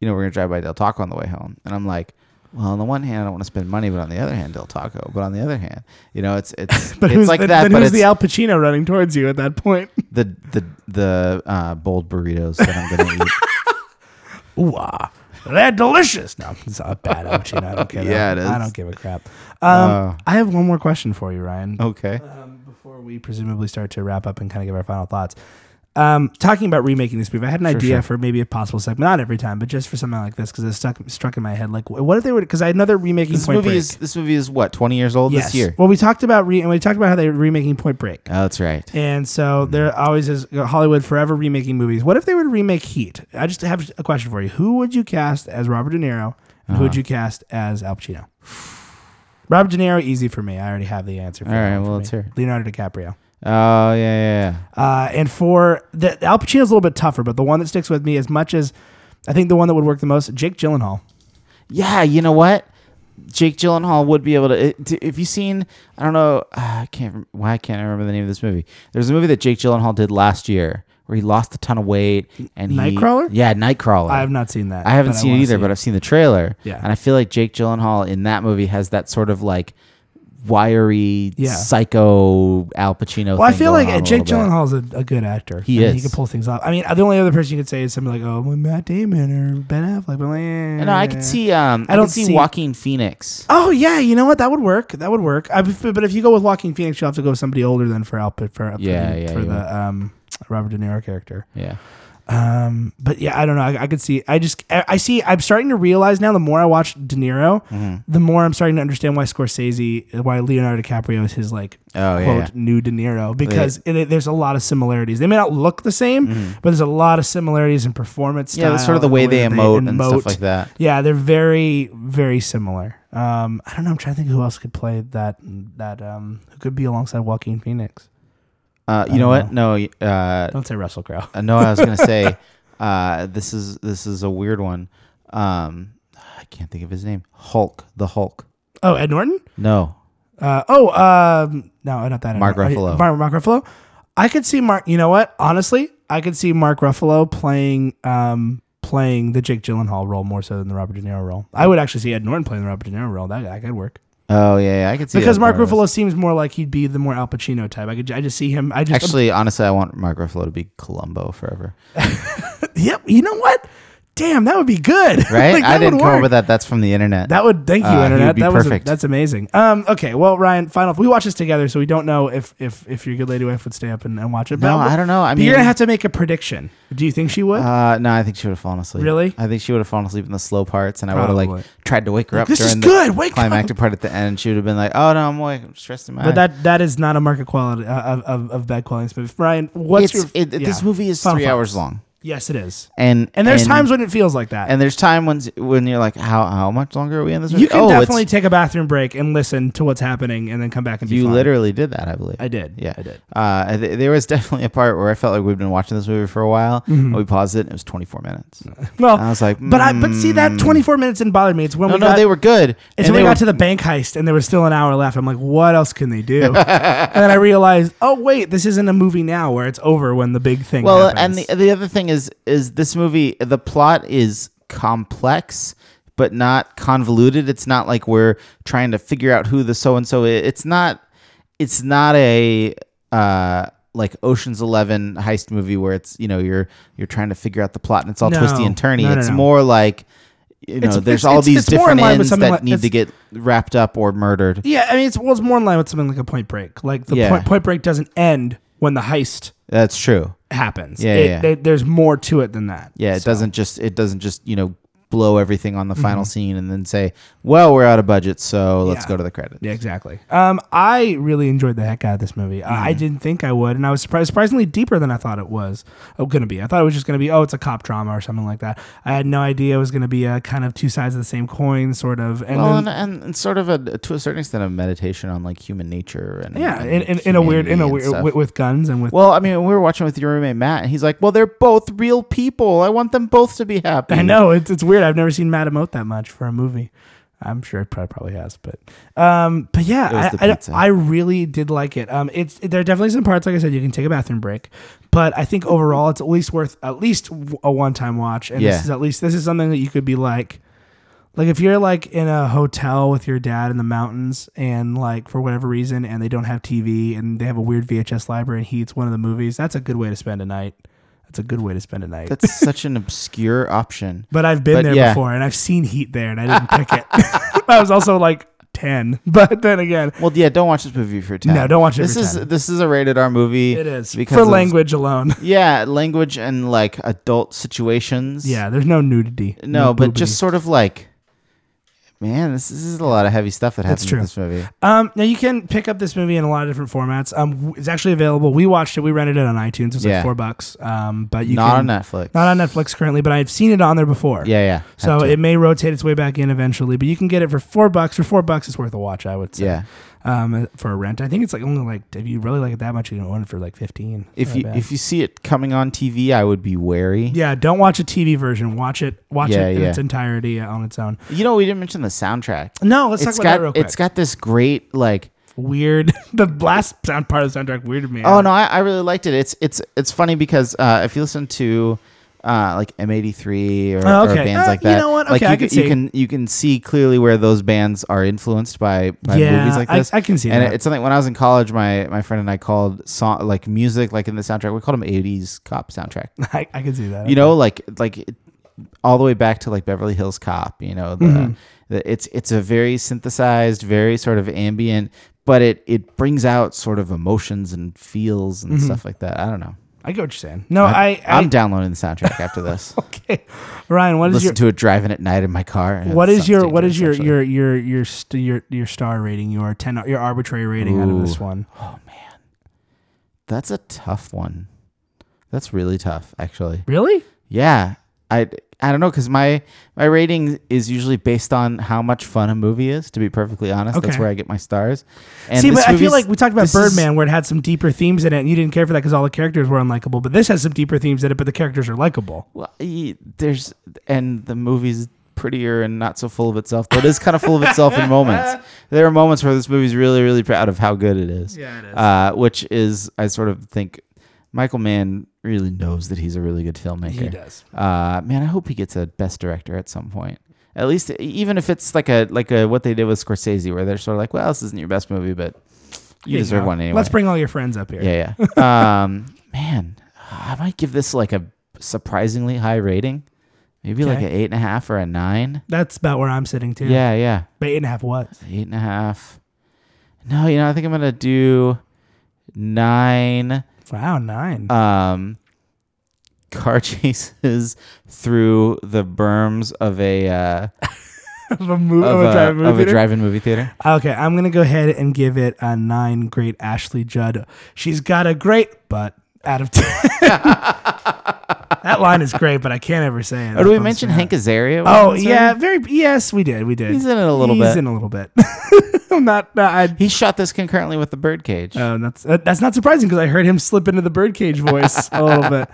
Speaker 4: you know, we're gonna drive by Del Taco on the way home. And I'm like. Well, on the one hand, I don't want to spend money, but on the other hand, Del Taco. But on the other hand, you know, it's it's
Speaker 1: But
Speaker 4: it's
Speaker 1: who's
Speaker 4: like
Speaker 1: the,
Speaker 4: that.
Speaker 1: then
Speaker 4: but
Speaker 1: who's
Speaker 4: it's,
Speaker 1: the Al Pacino running towards you at that point?
Speaker 4: the the the uh, bold burritos that I'm gonna eat.
Speaker 1: Ooh, ah, they're delicious. No, it's a bad Al Pacino. I don't care.
Speaker 4: Yeah, it
Speaker 1: I
Speaker 4: is.
Speaker 1: don't give a crap.
Speaker 4: Oh.
Speaker 1: Um, I have one more question for you, Ryan.
Speaker 4: Okay.
Speaker 1: um, before we presumably start to wrap up and kind of give our final thoughts. Um, talking about remaking this movie, I had an idea for maybe a possible segment, not every time, but just for something like this because it stuck struck in my head. Like, what if they were? Because I had another remaking
Speaker 4: This
Speaker 1: Point
Speaker 4: movie
Speaker 1: Break.
Speaker 4: is this movie is what twenty years old
Speaker 1: yes.
Speaker 4: this year.
Speaker 1: Well, we talked about re- and we talked about how they're remaking Point Break.
Speaker 4: Oh, that's right.
Speaker 1: And so
Speaker 4: Mm-hmm.
Speaker 1: there always is Hollywood forever remaking movies. What if they were to remake Heat? I just have a question for you. Who would you cast as Robert De Niro and
Speaker 4: Uh-huh.
Speaker 1: who would you cast as Al Pacino? Robert De Niro, easy for me. I already have the answer for
Speaker 4: All
Speaker 1: that
Speaker 4: right,
Speaker 1: one for me.
Speaker 4: well, let's hear it.
Speaker 1: Leonardo DiCaprio.
Speaker 4: Oh yeah, yeah,
Speaker 1: Uh, and for the Al Pacino's a little bit tougher, but the one that sticks with me as much as I think the one that would work the most, Jake Gyllenhaal.
Speaker 4: yeah. Yeah, you know what? Jake Gyllenhaal would be able to. it- to- If you've seen, I don't know, uh, I can't. rem- Why can't I remember the name of this movie? There's a movie that Jake Gyllenhaal did last year where he lost a ton of weight and he-
Speaker 1: Nightcrawler?
Speaker 4: Yeah, Nightcrawler.
Speaker 1: I have not seen that.
Speaker 4: I haven't
Speaker 1: but
Speaker 4: seen it
Speaker 1: wanna
Speaker 4: either,
Speaker 1: see
Speaker 4: but I've seen the trailer.
Speaker 1: Yeah.
Speaker 4: And I feel like Jake Gyllenhaal in that movie has that sort of like wiry,
Speaker 1: Yeah.
Speaker 4: psycho Al Pacino.
Speaker 1: Well, I
Speaker 4: thing
Speaker 1: feel
Speaker 4: going
Speaker 1: like uh,
Speaker 4: on a
Speaker 1: Jake
Speaker 4: little bit.
Speaker 1: Gyllenhaal's a, a good actor.
Speaker 4: He
Speaker 1: I mean, He
Speaker 4: is.
Speaker 1: can pull things off. I mean, the only other person you could say is something like, "Oh, well, Matt Damon or Ben Affleck." But like, eh.
Speaker 4: And I could see. Um, I,
Speaker 1: I don't
Speaker 4: could see,
Speaker 1: see-
Speaker 4: Joaquin Phoenix.
Speaker 1: Oh yeah, you know what? That would work. That would work. I, but if you go with Walking Phoenix, you'll have to go with somebody older than for Alpit for for
Speaker 4: Yeah,
Speaker 1: the,
Speaker 4: yeah,
Speaker 1: for
Speaker 4: you would.
Speaker 1: the um, Robert De Niro character.
Speaker 4: Yeah.
Speaker 1: Um, but yeah, I don't know. I, I could see. I just I, I see. I'm starting to realize now. The more I watch De Niro,
Speaker 4: Mm-hmm.
Speaker 1: the more I'm starting to understand why Scorsese, why Leonardo DiCaprio is his like
Speaker 4: Oh, yeah,
Speaker 1: quote
Speaker 4: yeah.
Speaker 1: new De Niro because it, there's a lot of similarities. They may not look the same, but there's a lot of similarities in performance.
Speaker 4: Mm-hmm. Yeah, that's
Speaker 1: style
Speaker 4: sort of the way, they,
Speaker 1: that
Speaker 4: emote and stuff like that.
Speaker 1: Yeah, they're very very similar. Um, I don't know. I'm trying to think who else could play that that um who could be alongside Joaquin Phoenix.
Speaker 4: Uh, you know what? No. y- Uh,
Speaker 1: Don't say Russell Crowe.
Speaker 4: Uh, no, I was gonna say uh, this is this is a weird one. Um, I can't think of his name. Hulk, the Hulk.
Speaker 1: Oh, Ed Norton.
Speaker 4: No,
Speaker 1: Uh, oh, um, no, not that.
Speaker 4: Mark
Speaker 1: Are you-
Speaker 4: Ruffalo.
Speaker 1: Mark, Mark Ruffalo. I could see Mark. You know what? Honestly, I could see Mark Ruffalo playing um, playing the Jake Gyllenhaal role more so than the Robert De Niro role. I would actually see Ed Norton playing the Robert De Niro role. That, that could work
Speaker 4: Oh yeah, yeah I could see
Speaker 1: because
Speaker 4: that
Speaker 1: Mark
Speaker 4: part of it.
Speaker 1: Ruffalo seems more like he'd be the more Al Pacino type. I could. I just see him. I just
Speaker 4: Actually, honestly, I want Mark Ruffalo to be Columbo forever.
Speaker 1: Yep. You know what? Damn, that would be good.
Speaker 4: Right?
Speaker 1: Like, that
Speaker 4: I didn't
Speaker 1: would
Speaker 4: come up
Speaker 1: work.
Speaker 4: with that. That's from the internet.
Speaker 1: That would thank you,
Speaker 4: Uh, he
Speaker 1: internet.
Speaker 4: would be
Speaker 1: that was
Speaker 4: perfect.
Speaker 1: that's amazing. Um, okay, well, Ryan, final. We watch this together, so we don't know if if if your good lady wife would stay up and, and watch it.
Speaker 4: No,
Speaker 1: but,
Speaker 4: I don't know. I
Speaker 1: but you're
Speaker 4: mean-
Speaker 1: gonna have to make a prediction. Do you think she would?
Speaker 4: uh, no, I think she would have fallen asleep.
Speaker 1: Really?
Speaker 4: I think she would have fallen asleep in the slow parts, and I would have
Speaker 1: Probably.
Speaker 4: like tried to wake her up
Speaker 1: "This is
Speaker 4: during
Speaker 1: good,
Speaker 4: the
Speaker 1: wake up."
Speaker 4: climactic part at the end. She would have been like, "Oh no, I'm awake. I'm stressed in my."
Speaker 1: but that that is not a market quality uh, of, of of bad quality. in this movie. Ryan, what's
Speaker 4: it's,
Speaker 1: your
Speaker 4: it,
Speaker 1: yeah.
Speaker 4: this movie is
Speaker 1: Final
Speaker 4: three
Speaker 1: thoughts.
Speaker 4: hours long,
Speaker 1: Yes, it is.
Speaker 4: and
Speaker 1: And there's times when it feels like that.
Speaker 4: and there's time when when you're like, how how much longer are we in this? Movie?
Speaker 1: you can
Speaker 4: Oh, it's-
Speaker 1: definitely take a bathroom break and listen to what's happening, and then come back and be
Speaker 4: You
Speaker 1: fine.
Speaker 4: literally did that, I believe.
Speaker 1: I did.
Speaker 4: Yeah,
Speaker 1: I did.
Speaker 4: Uh, th- there was definitely a part where I felt like we've been watching this movie for a while.
Speaker 1: Mm-hmm.
Speaker 4: and We paused it, and it was 24 minutes.
Speaker 1: Well,
Speaker 4: I was like, mm.
Speaker 1: but I but see that 24 minutes didn't bother me. It's when
Speaker 4: No,
Speaker 1: we
Speaker 4: no,
Speaker 1: got,
Speaker 4: they were good.
Speaker 1: And so
Speaker 4: Oh and
Speaker 1: we
Speaker 4: they
Speaker 1: got
Speaker 4: were-
Speaker 1: to the bank heist, and there was still an hour left. I'm like, what else can they do? and then I realized, oh wait, this isn't a movie now where it's over when the big thing.
Speaker 4: well,
Speaker 1: happens.
Speaker 4: and the uh, the other thing is is this movie the plot is complex. But not convoluted. It's not like we're trying to figure out who the so and so is. It's not. It's not a uh, like Ocean's Eleven heist movie where it's you know you're you're trying to figure out the plot and it's all
Speaker 1: No.
Speaker 4: twisty and turny.
Speaker 1: No, no,
Speaker 4: it's
Speaker 1: no.
Speaker 4: more like you know
Speaker 1: It's-
Speaker 4: there's
Speaker 1: it's-
Speaker 4: all
Speaker 1: it's-
Speaker 4: these
Speaker 1: it's more in
Speaker 4: different
Speaker 1: line with
Speaker 4: ends
Speaker 1: something
Speaker 4: that
Speaker 1: like-
Speaker 4: need
Speaker 1: it's-
Speaker 4: to get wrapped up or murdered.
Speaker 1: yeah, I mean, it's well, it's more in line with something like a Point Break. Like the
Speaker 4: Yeah.
Speaker 1: point, point Break doesn't end when the heist
Speaker 4: That's true.
Speaker 1: happens.
Speaker 4: Yeah,
Speaker 1: It-
Speaker 4: yeah.
Speaker 1: they- there's more to it than that.
Speaker 4: Yeah,
Speaker 1: So-
Speaker 4: it
Speaker 1: Mm-hmm.
Speaker 4: doesn't just it doesn't just you know blow everything on the final scene and then say, well, we're out of budget, so let's
Speaker 1: Yeah.
Speaker 4: go to the credits.
Speaker 1: Yeah, exactly. Um, I really enjoyed the heck out of this movie. I, I didn't think I would, and I was surprised, surprisingly deeper than I thought it was oh, going to be. I thought it was just going to be, oh, it's a cop drama or something like that. I had no idea it was going to be a kind of two sides of the same coin, sort of. And
Speaker 4: Well,
Speaker 1: then,
Speaker 4: and, uh, and, and sort of a to a certain extent a meditation on like human nature and
Speaker 1: yeah,
Speaker 4: and
Speaker 1: in, in, in a weird, in
Speaker 4: humanity
Speaker 1: a
Speaker 4: and
Speaker 1: weird,
Speaker 4: stuff.
Speaker 1: with, with guns and with.
Speaker 4: Well, I mean, we were watching with your roommate Matt, and he's like, "Well, they're both real people. I want them both to be happy."
Speaker 1: I know it's it's weird. I've never seen Matt emote that much for a movie. I'm sure it prob- probably has, but um, but
Speaker 4: It was
Speaker 1: yeah,
Speaker 4: the
Speaker 1: I, I,
Speaker 4: pizza.
Speaker 1: I really did like it. Um, it's there are definitely some parts, like I said, you can take a bathroom break, but I think overall it's at least worth at least w- a one time watch. And
Speaker 4: Yeah.
Speaker 1: this is at least this is something that you could be like, like if you're like in a hotel with your dad in the mountains and like for whatever reason and they don't have TV and they have a weird VHS library and he eats one of the movies, that's a good way to spend a night. That's a good way to spend a night.
Speaker 4: That's such an obscure option.
Speaker 1: But I've been
Speaker 4: But
Speaker 1: there
Speaker 4: yeah.
Speaker 1: before and I've seen heat there and I didn't pick it. I was also like, ten. But then again,
Speaker 4: Well, yeah, don't watch this movie for ten.
Speaker 1: No, don't watch it
Speaker 4: This
Speaker 1: for
Speaker 4: is
Speaker 1: 10.
Speaker 4: this is a rated R movie.
Speaker 1: it is
Speaker 4: because
Speaker 1: for
Speaker 4: of-
Speaker 1: language alone.
Speaker 4: Yeah, language and like adult situations.
Speaker 1: yeah, there's no nudity.
Speaker 4: No, but
Speaker 1: boobity.
Speaker 4: just sort of like, man, this, this is a lot of heavy stuff that
Speaker 1: That's
Speaker 4: happens in this movie.
Speaker 1: Um, now you can pick up this movie in a lot of different formats. Um, w- it's actually available. We watched it. We rented it on iTunes. It was
Speaker 4: Yeah.
Speaker 1: like four bucks. Um, but you
Speaker 4: Not
Speaker 1: can,
Speaker 4: on Netflix.
Speaker 1: Not on Netflix currently, but I've seen it on there before.
Speaker 4: Yeah, yeah. had
Speaker 1: So
Speaker 4: to.
Speaker 1: it may rotate its way back in eventually, but you can get it for four bucks. For four bucks, it's worth a watch, I would say.
Speaker 4: yeah.
Speaker 1: Um, for a rent, I think it's like only like if you really like it that much, you can own it for like fifteen.
Speaker 4: If
Speaker 1: Not
Speaker 4: you
Speaker 1: bad.
Speaker 4: if you see it coming on TV, I would be wary.
Speaker 1: yeah, don't watch a TV version. Watch it. Watch
Speaker 4: Yeah,
Speaker 1: it in
Speaker 4: yeah.
Speaker 1: its entirety uh, on its own.
Speaker 4: You know, we didn't mention the soundtrack.
Speaker 1: No, let's
Speaker 4: It's
Speaker 1: talk about
Speaker 4: got
Speaker 1: that real quick.
Speaker 4: it's got this great like
Speaker 1: weird. the last sound part of the soundtrack weirded me.
Speaker 4: Oh
Speaker 1: out.
Speaker 4: no, I, I really liked it. It's it's it's funny because uh, if you listen to uh, like M83 or,
Speaker 1: Oh,
Speaker 4: or
Speaker 1: okay.
Speaker 4: bands
Speaker 1: Uh,
Speaker 4: like
Speaker 1: you
Speaker 4: that,
Speaker 1: know what?
Speaker 4: like
Speaker 1: Okay,
Speaker 4: you,
Speaker 1: I can
Speaker 4: c- you
Speaker 1: see.
Speaker 4: can you can see clearly where those bands are influenced by, by
Speaker 1: Yeah,
Speaker 4: movies like
Speaker 1: I-
Speaker 4: this.
Speaker 1: I can see
Speaker 4: and
Speaker 1: that.
Speaker 4: it's something when I was in college, my my friend and I called song like music like in the soundtrack. We called them 80s cop soundtrack.
Speaker 1: I, I can see that.
Speaker 4: You know, like like all the way back to like Beverly Hills Cop. You know, the,
Speaker 1: Mm-hmm.
Speaker 4: the, it's it's a very synthesized, very sort of ambient, but it it brings out sort of emotions and feels and stuff like that. I don't know.
Speaker 1: I get what you're saying. No, I, Mm-hmm. I
Speaker 4: am downloading the soundtrack after this.
Speaker 1: okay. Ryan, what is
Speaker 4: Listen
Speaker 1: your
Speaker 4: to it driving at night in my car. and it
Speaker 1: what is
Speaker 4: sounds
Speaker 1: your what
Speaker 4: dangerous,
Speaker 1: is your
Speaker 4: actually.
Speaker 1: your your your st- your your star rating? Your ten your arbitrary rating out of this one.
Speaker 4: That's a tough one. That's really tough, actually.
Speaker 1: Really?
Speaker 4: Yeah, I I don't know because my my rating is usually based on how much fun a movie is. To be perfectly honest,
Speaker 1: Okay.
Speaker 4: that's where I get my stars. And
Speaker 1: See,
Speaker 4: this
Speaker 1: but I feel
Speaker 4: movie's-
Speaker 1: like we talked about
Speaker 4: this is-
Speaker 1: Birdman, where it had some deeper themes in it, and you didn't care for that because all the characters were unlikable. But this has some deeper themes in it, but the characters are likable.
Speaker 4: Well, y- there's and the movie's prettier and not so full of itself, but it's kind of full of itself in moments. There are moments where this movie's really, really proud of how good it is.
Speaker 1: Yeah, it is.
Speaker 4: Uh, which is, I sort of think, Michael Mann really knows that he's a really good filmmaker.
Speaker 1: He does.
Speaker 4: Uh, man, I hope he gets a best director at some point. At least, e, even if it's like a like a what they did with Scorsese, where they're sort of like, well, this isn't your best movie, but you
Speaker 1: Here
Speaker 4: deserve
Speaker 1: go.
Speaker 4: one anyway.
Speaker 1: Let's bring all your friends up here.
Speaker 4: Yeah, yeah. um, man, I might give this like a surprisingly high rating. Maybe like
Speaker 1: Okay.
Speaker 4: an eight and a half or a nine.
Speaker 1: That's about where I'm sitting too.
Speaker 4: Yeah, yeah.
Speaker 1: But eight and a half what?
Speaker 4: Eight and a half. No, you know, I think I'm gonna do nine
Speaker 1: Wow, nine.
Speaker 4: um car chases through the berms of a uh
Speaker 1: of a, mo- of
Speaker 4: of,
Speaker 1: a,
Speaker 4: a,
Speaker 1: drive movie.
Speaker 4: of a
Speaker 1: theater?
Speaker 4: drive-in movie theater.
Speaker 1: Okay, I'm gonna go ahead and give it a nine. Great Ashley Judd. She's got a great butt out of ten. that line is great, but I can't ever say it.
Speaker 4: Oh, do we
Speaker 1: I'm
Speaker 4: mention
Speaker 1: sorry.
Speaker 4: Hank Azaria?
Speaker 1: Oh yeah, very yes, we did, we did.
Speaker 4: He's in it a little
Speaker 1: He's
Speaker 4: bit.
Speaker 1: in a little bit. I'm not. not I,
Speaker 4: He shot this concurrently with the birdcage.
Speaker 1: Oh, that's uh, that's not surprising because I heard him slip into the birdcage voice a little bit.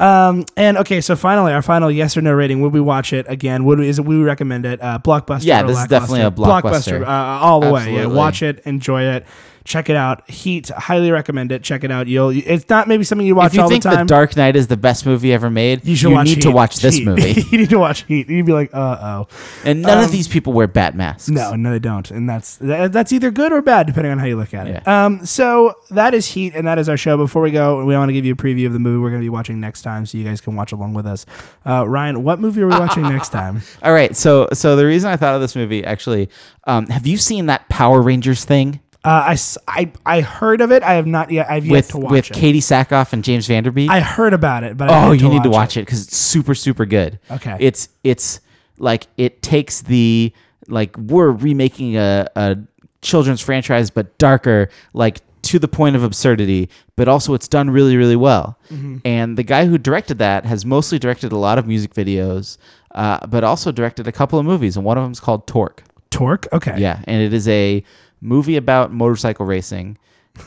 Speaker 1: Um, and okay, so finally, our final yes or no rating. Would we watch it again? Would we, is it, would we recommend it? Uh, blockbuster.
Speaker 4: Yeah,
Speaker 1: or
Speaker 4: this is definitely a
Speaker 1: lackluster?
Speaker 4: blockbuster.
Speaker 1: uh, all the way. Yeah,
Speaker 4: Absolutely.
Speaker 1: watch it, enjoy it, check it out. Heat, highly recommend it. Check it out. You'll. It's not maybe something you watch
Speaker 4: if you
Speaker 1: all
Speaker 4: think
Speaker 1: the time.
Speaker 4: Dark Knight is the best movie ever made,
Speaker 1: you should watch
Speaker 4: need to
Speaker 1: Heat.
Speaker 4: watch this
Speaker 1: Heat.
Speaker 4: movie.
Speaker 1: you need to watch Heat. You'd be like, uh oh.
Speaker 4: And none of these people wear bat masks.
Speaker 1: No, no, they don't, and that's that, that's either good or bad depending on how you look at it.
Speaker 4: Yeah.
Speaker 1: Um, so that is Heat, and that is our show. Before we go, we want to give you a preview of the movie we're going to be watching next time, so you guys can watch along with us. Uh, Ryan, what movie are we watching next time?
Speaker 4: All right. So, so the reason I thought of this movie actually, um, have you seen that Power Rangers thing
Speaker 1: Uh, I, s- I- I heard of it. I have not yet. I've yet
Speaker 4: with
Speaker 1: to watch
Speaker 4: with
Speaker 1: it.
Speaker 4: Katie Sackhoff and James Vanderbeek?
Speaker 1: I heard about it, but I
Speaker 4: oh,
Speaker 1: have
Speaker 4: you need to watch it because it's super super good.
Speaker 1: Okay.
Speaker 4: It's it's like it takes the like we're remaking a a children's franchise but darker like to the point of absurdity but also it's done really really well and the guy who directed that has mostly directed a lot of music videos uh, but also directed a couple of movies and one of them is called torque
Speaker 1: Torque. Okay.
Speaker 4: yeah, and it is a movie about motorcycle racing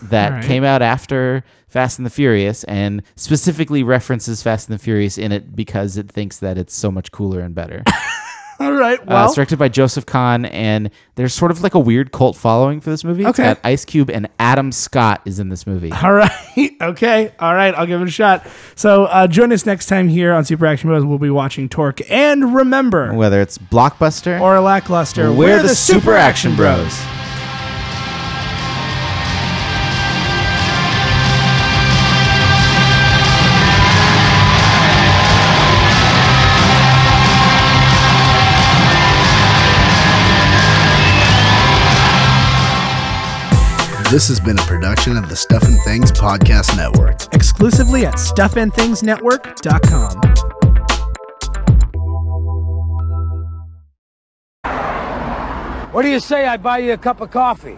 Speaker 4: that
Speaker 1: Alright.
Speaker 4: came out after Fast and the Furious and specifically references Fast and the Furious in it because it thinks that it's so much cooler and better.
Speaker 1: All right.
Speaker 4: uh,
Speaker 1: Well.
Speaker 4: it's directed by Joseph Kahn, and there's sort of like a weird cult following for this movie. It's
Speaker 1: Okay. Uh-huh.
Speaker 4: got Ice Cube and Adam Scott is in this movie.
Speaker 1: all right. Okay. All right. I'll give it a shot. So uh, join us next time here on Super Action Bros. We'll be watching Torque. And remember,
Speaker 7: Whether it's Blockbuster
Speaker 1: or lackluster.
Speaker 7: We're the Super Action Bros.
Speaker 2: This has been a production of the Stuff and Things Podcast Network.
Speaker 1: exclusively at stuffandthingsnetwork.com.
Speaker 8: What do you say I buy you a cup of coffee?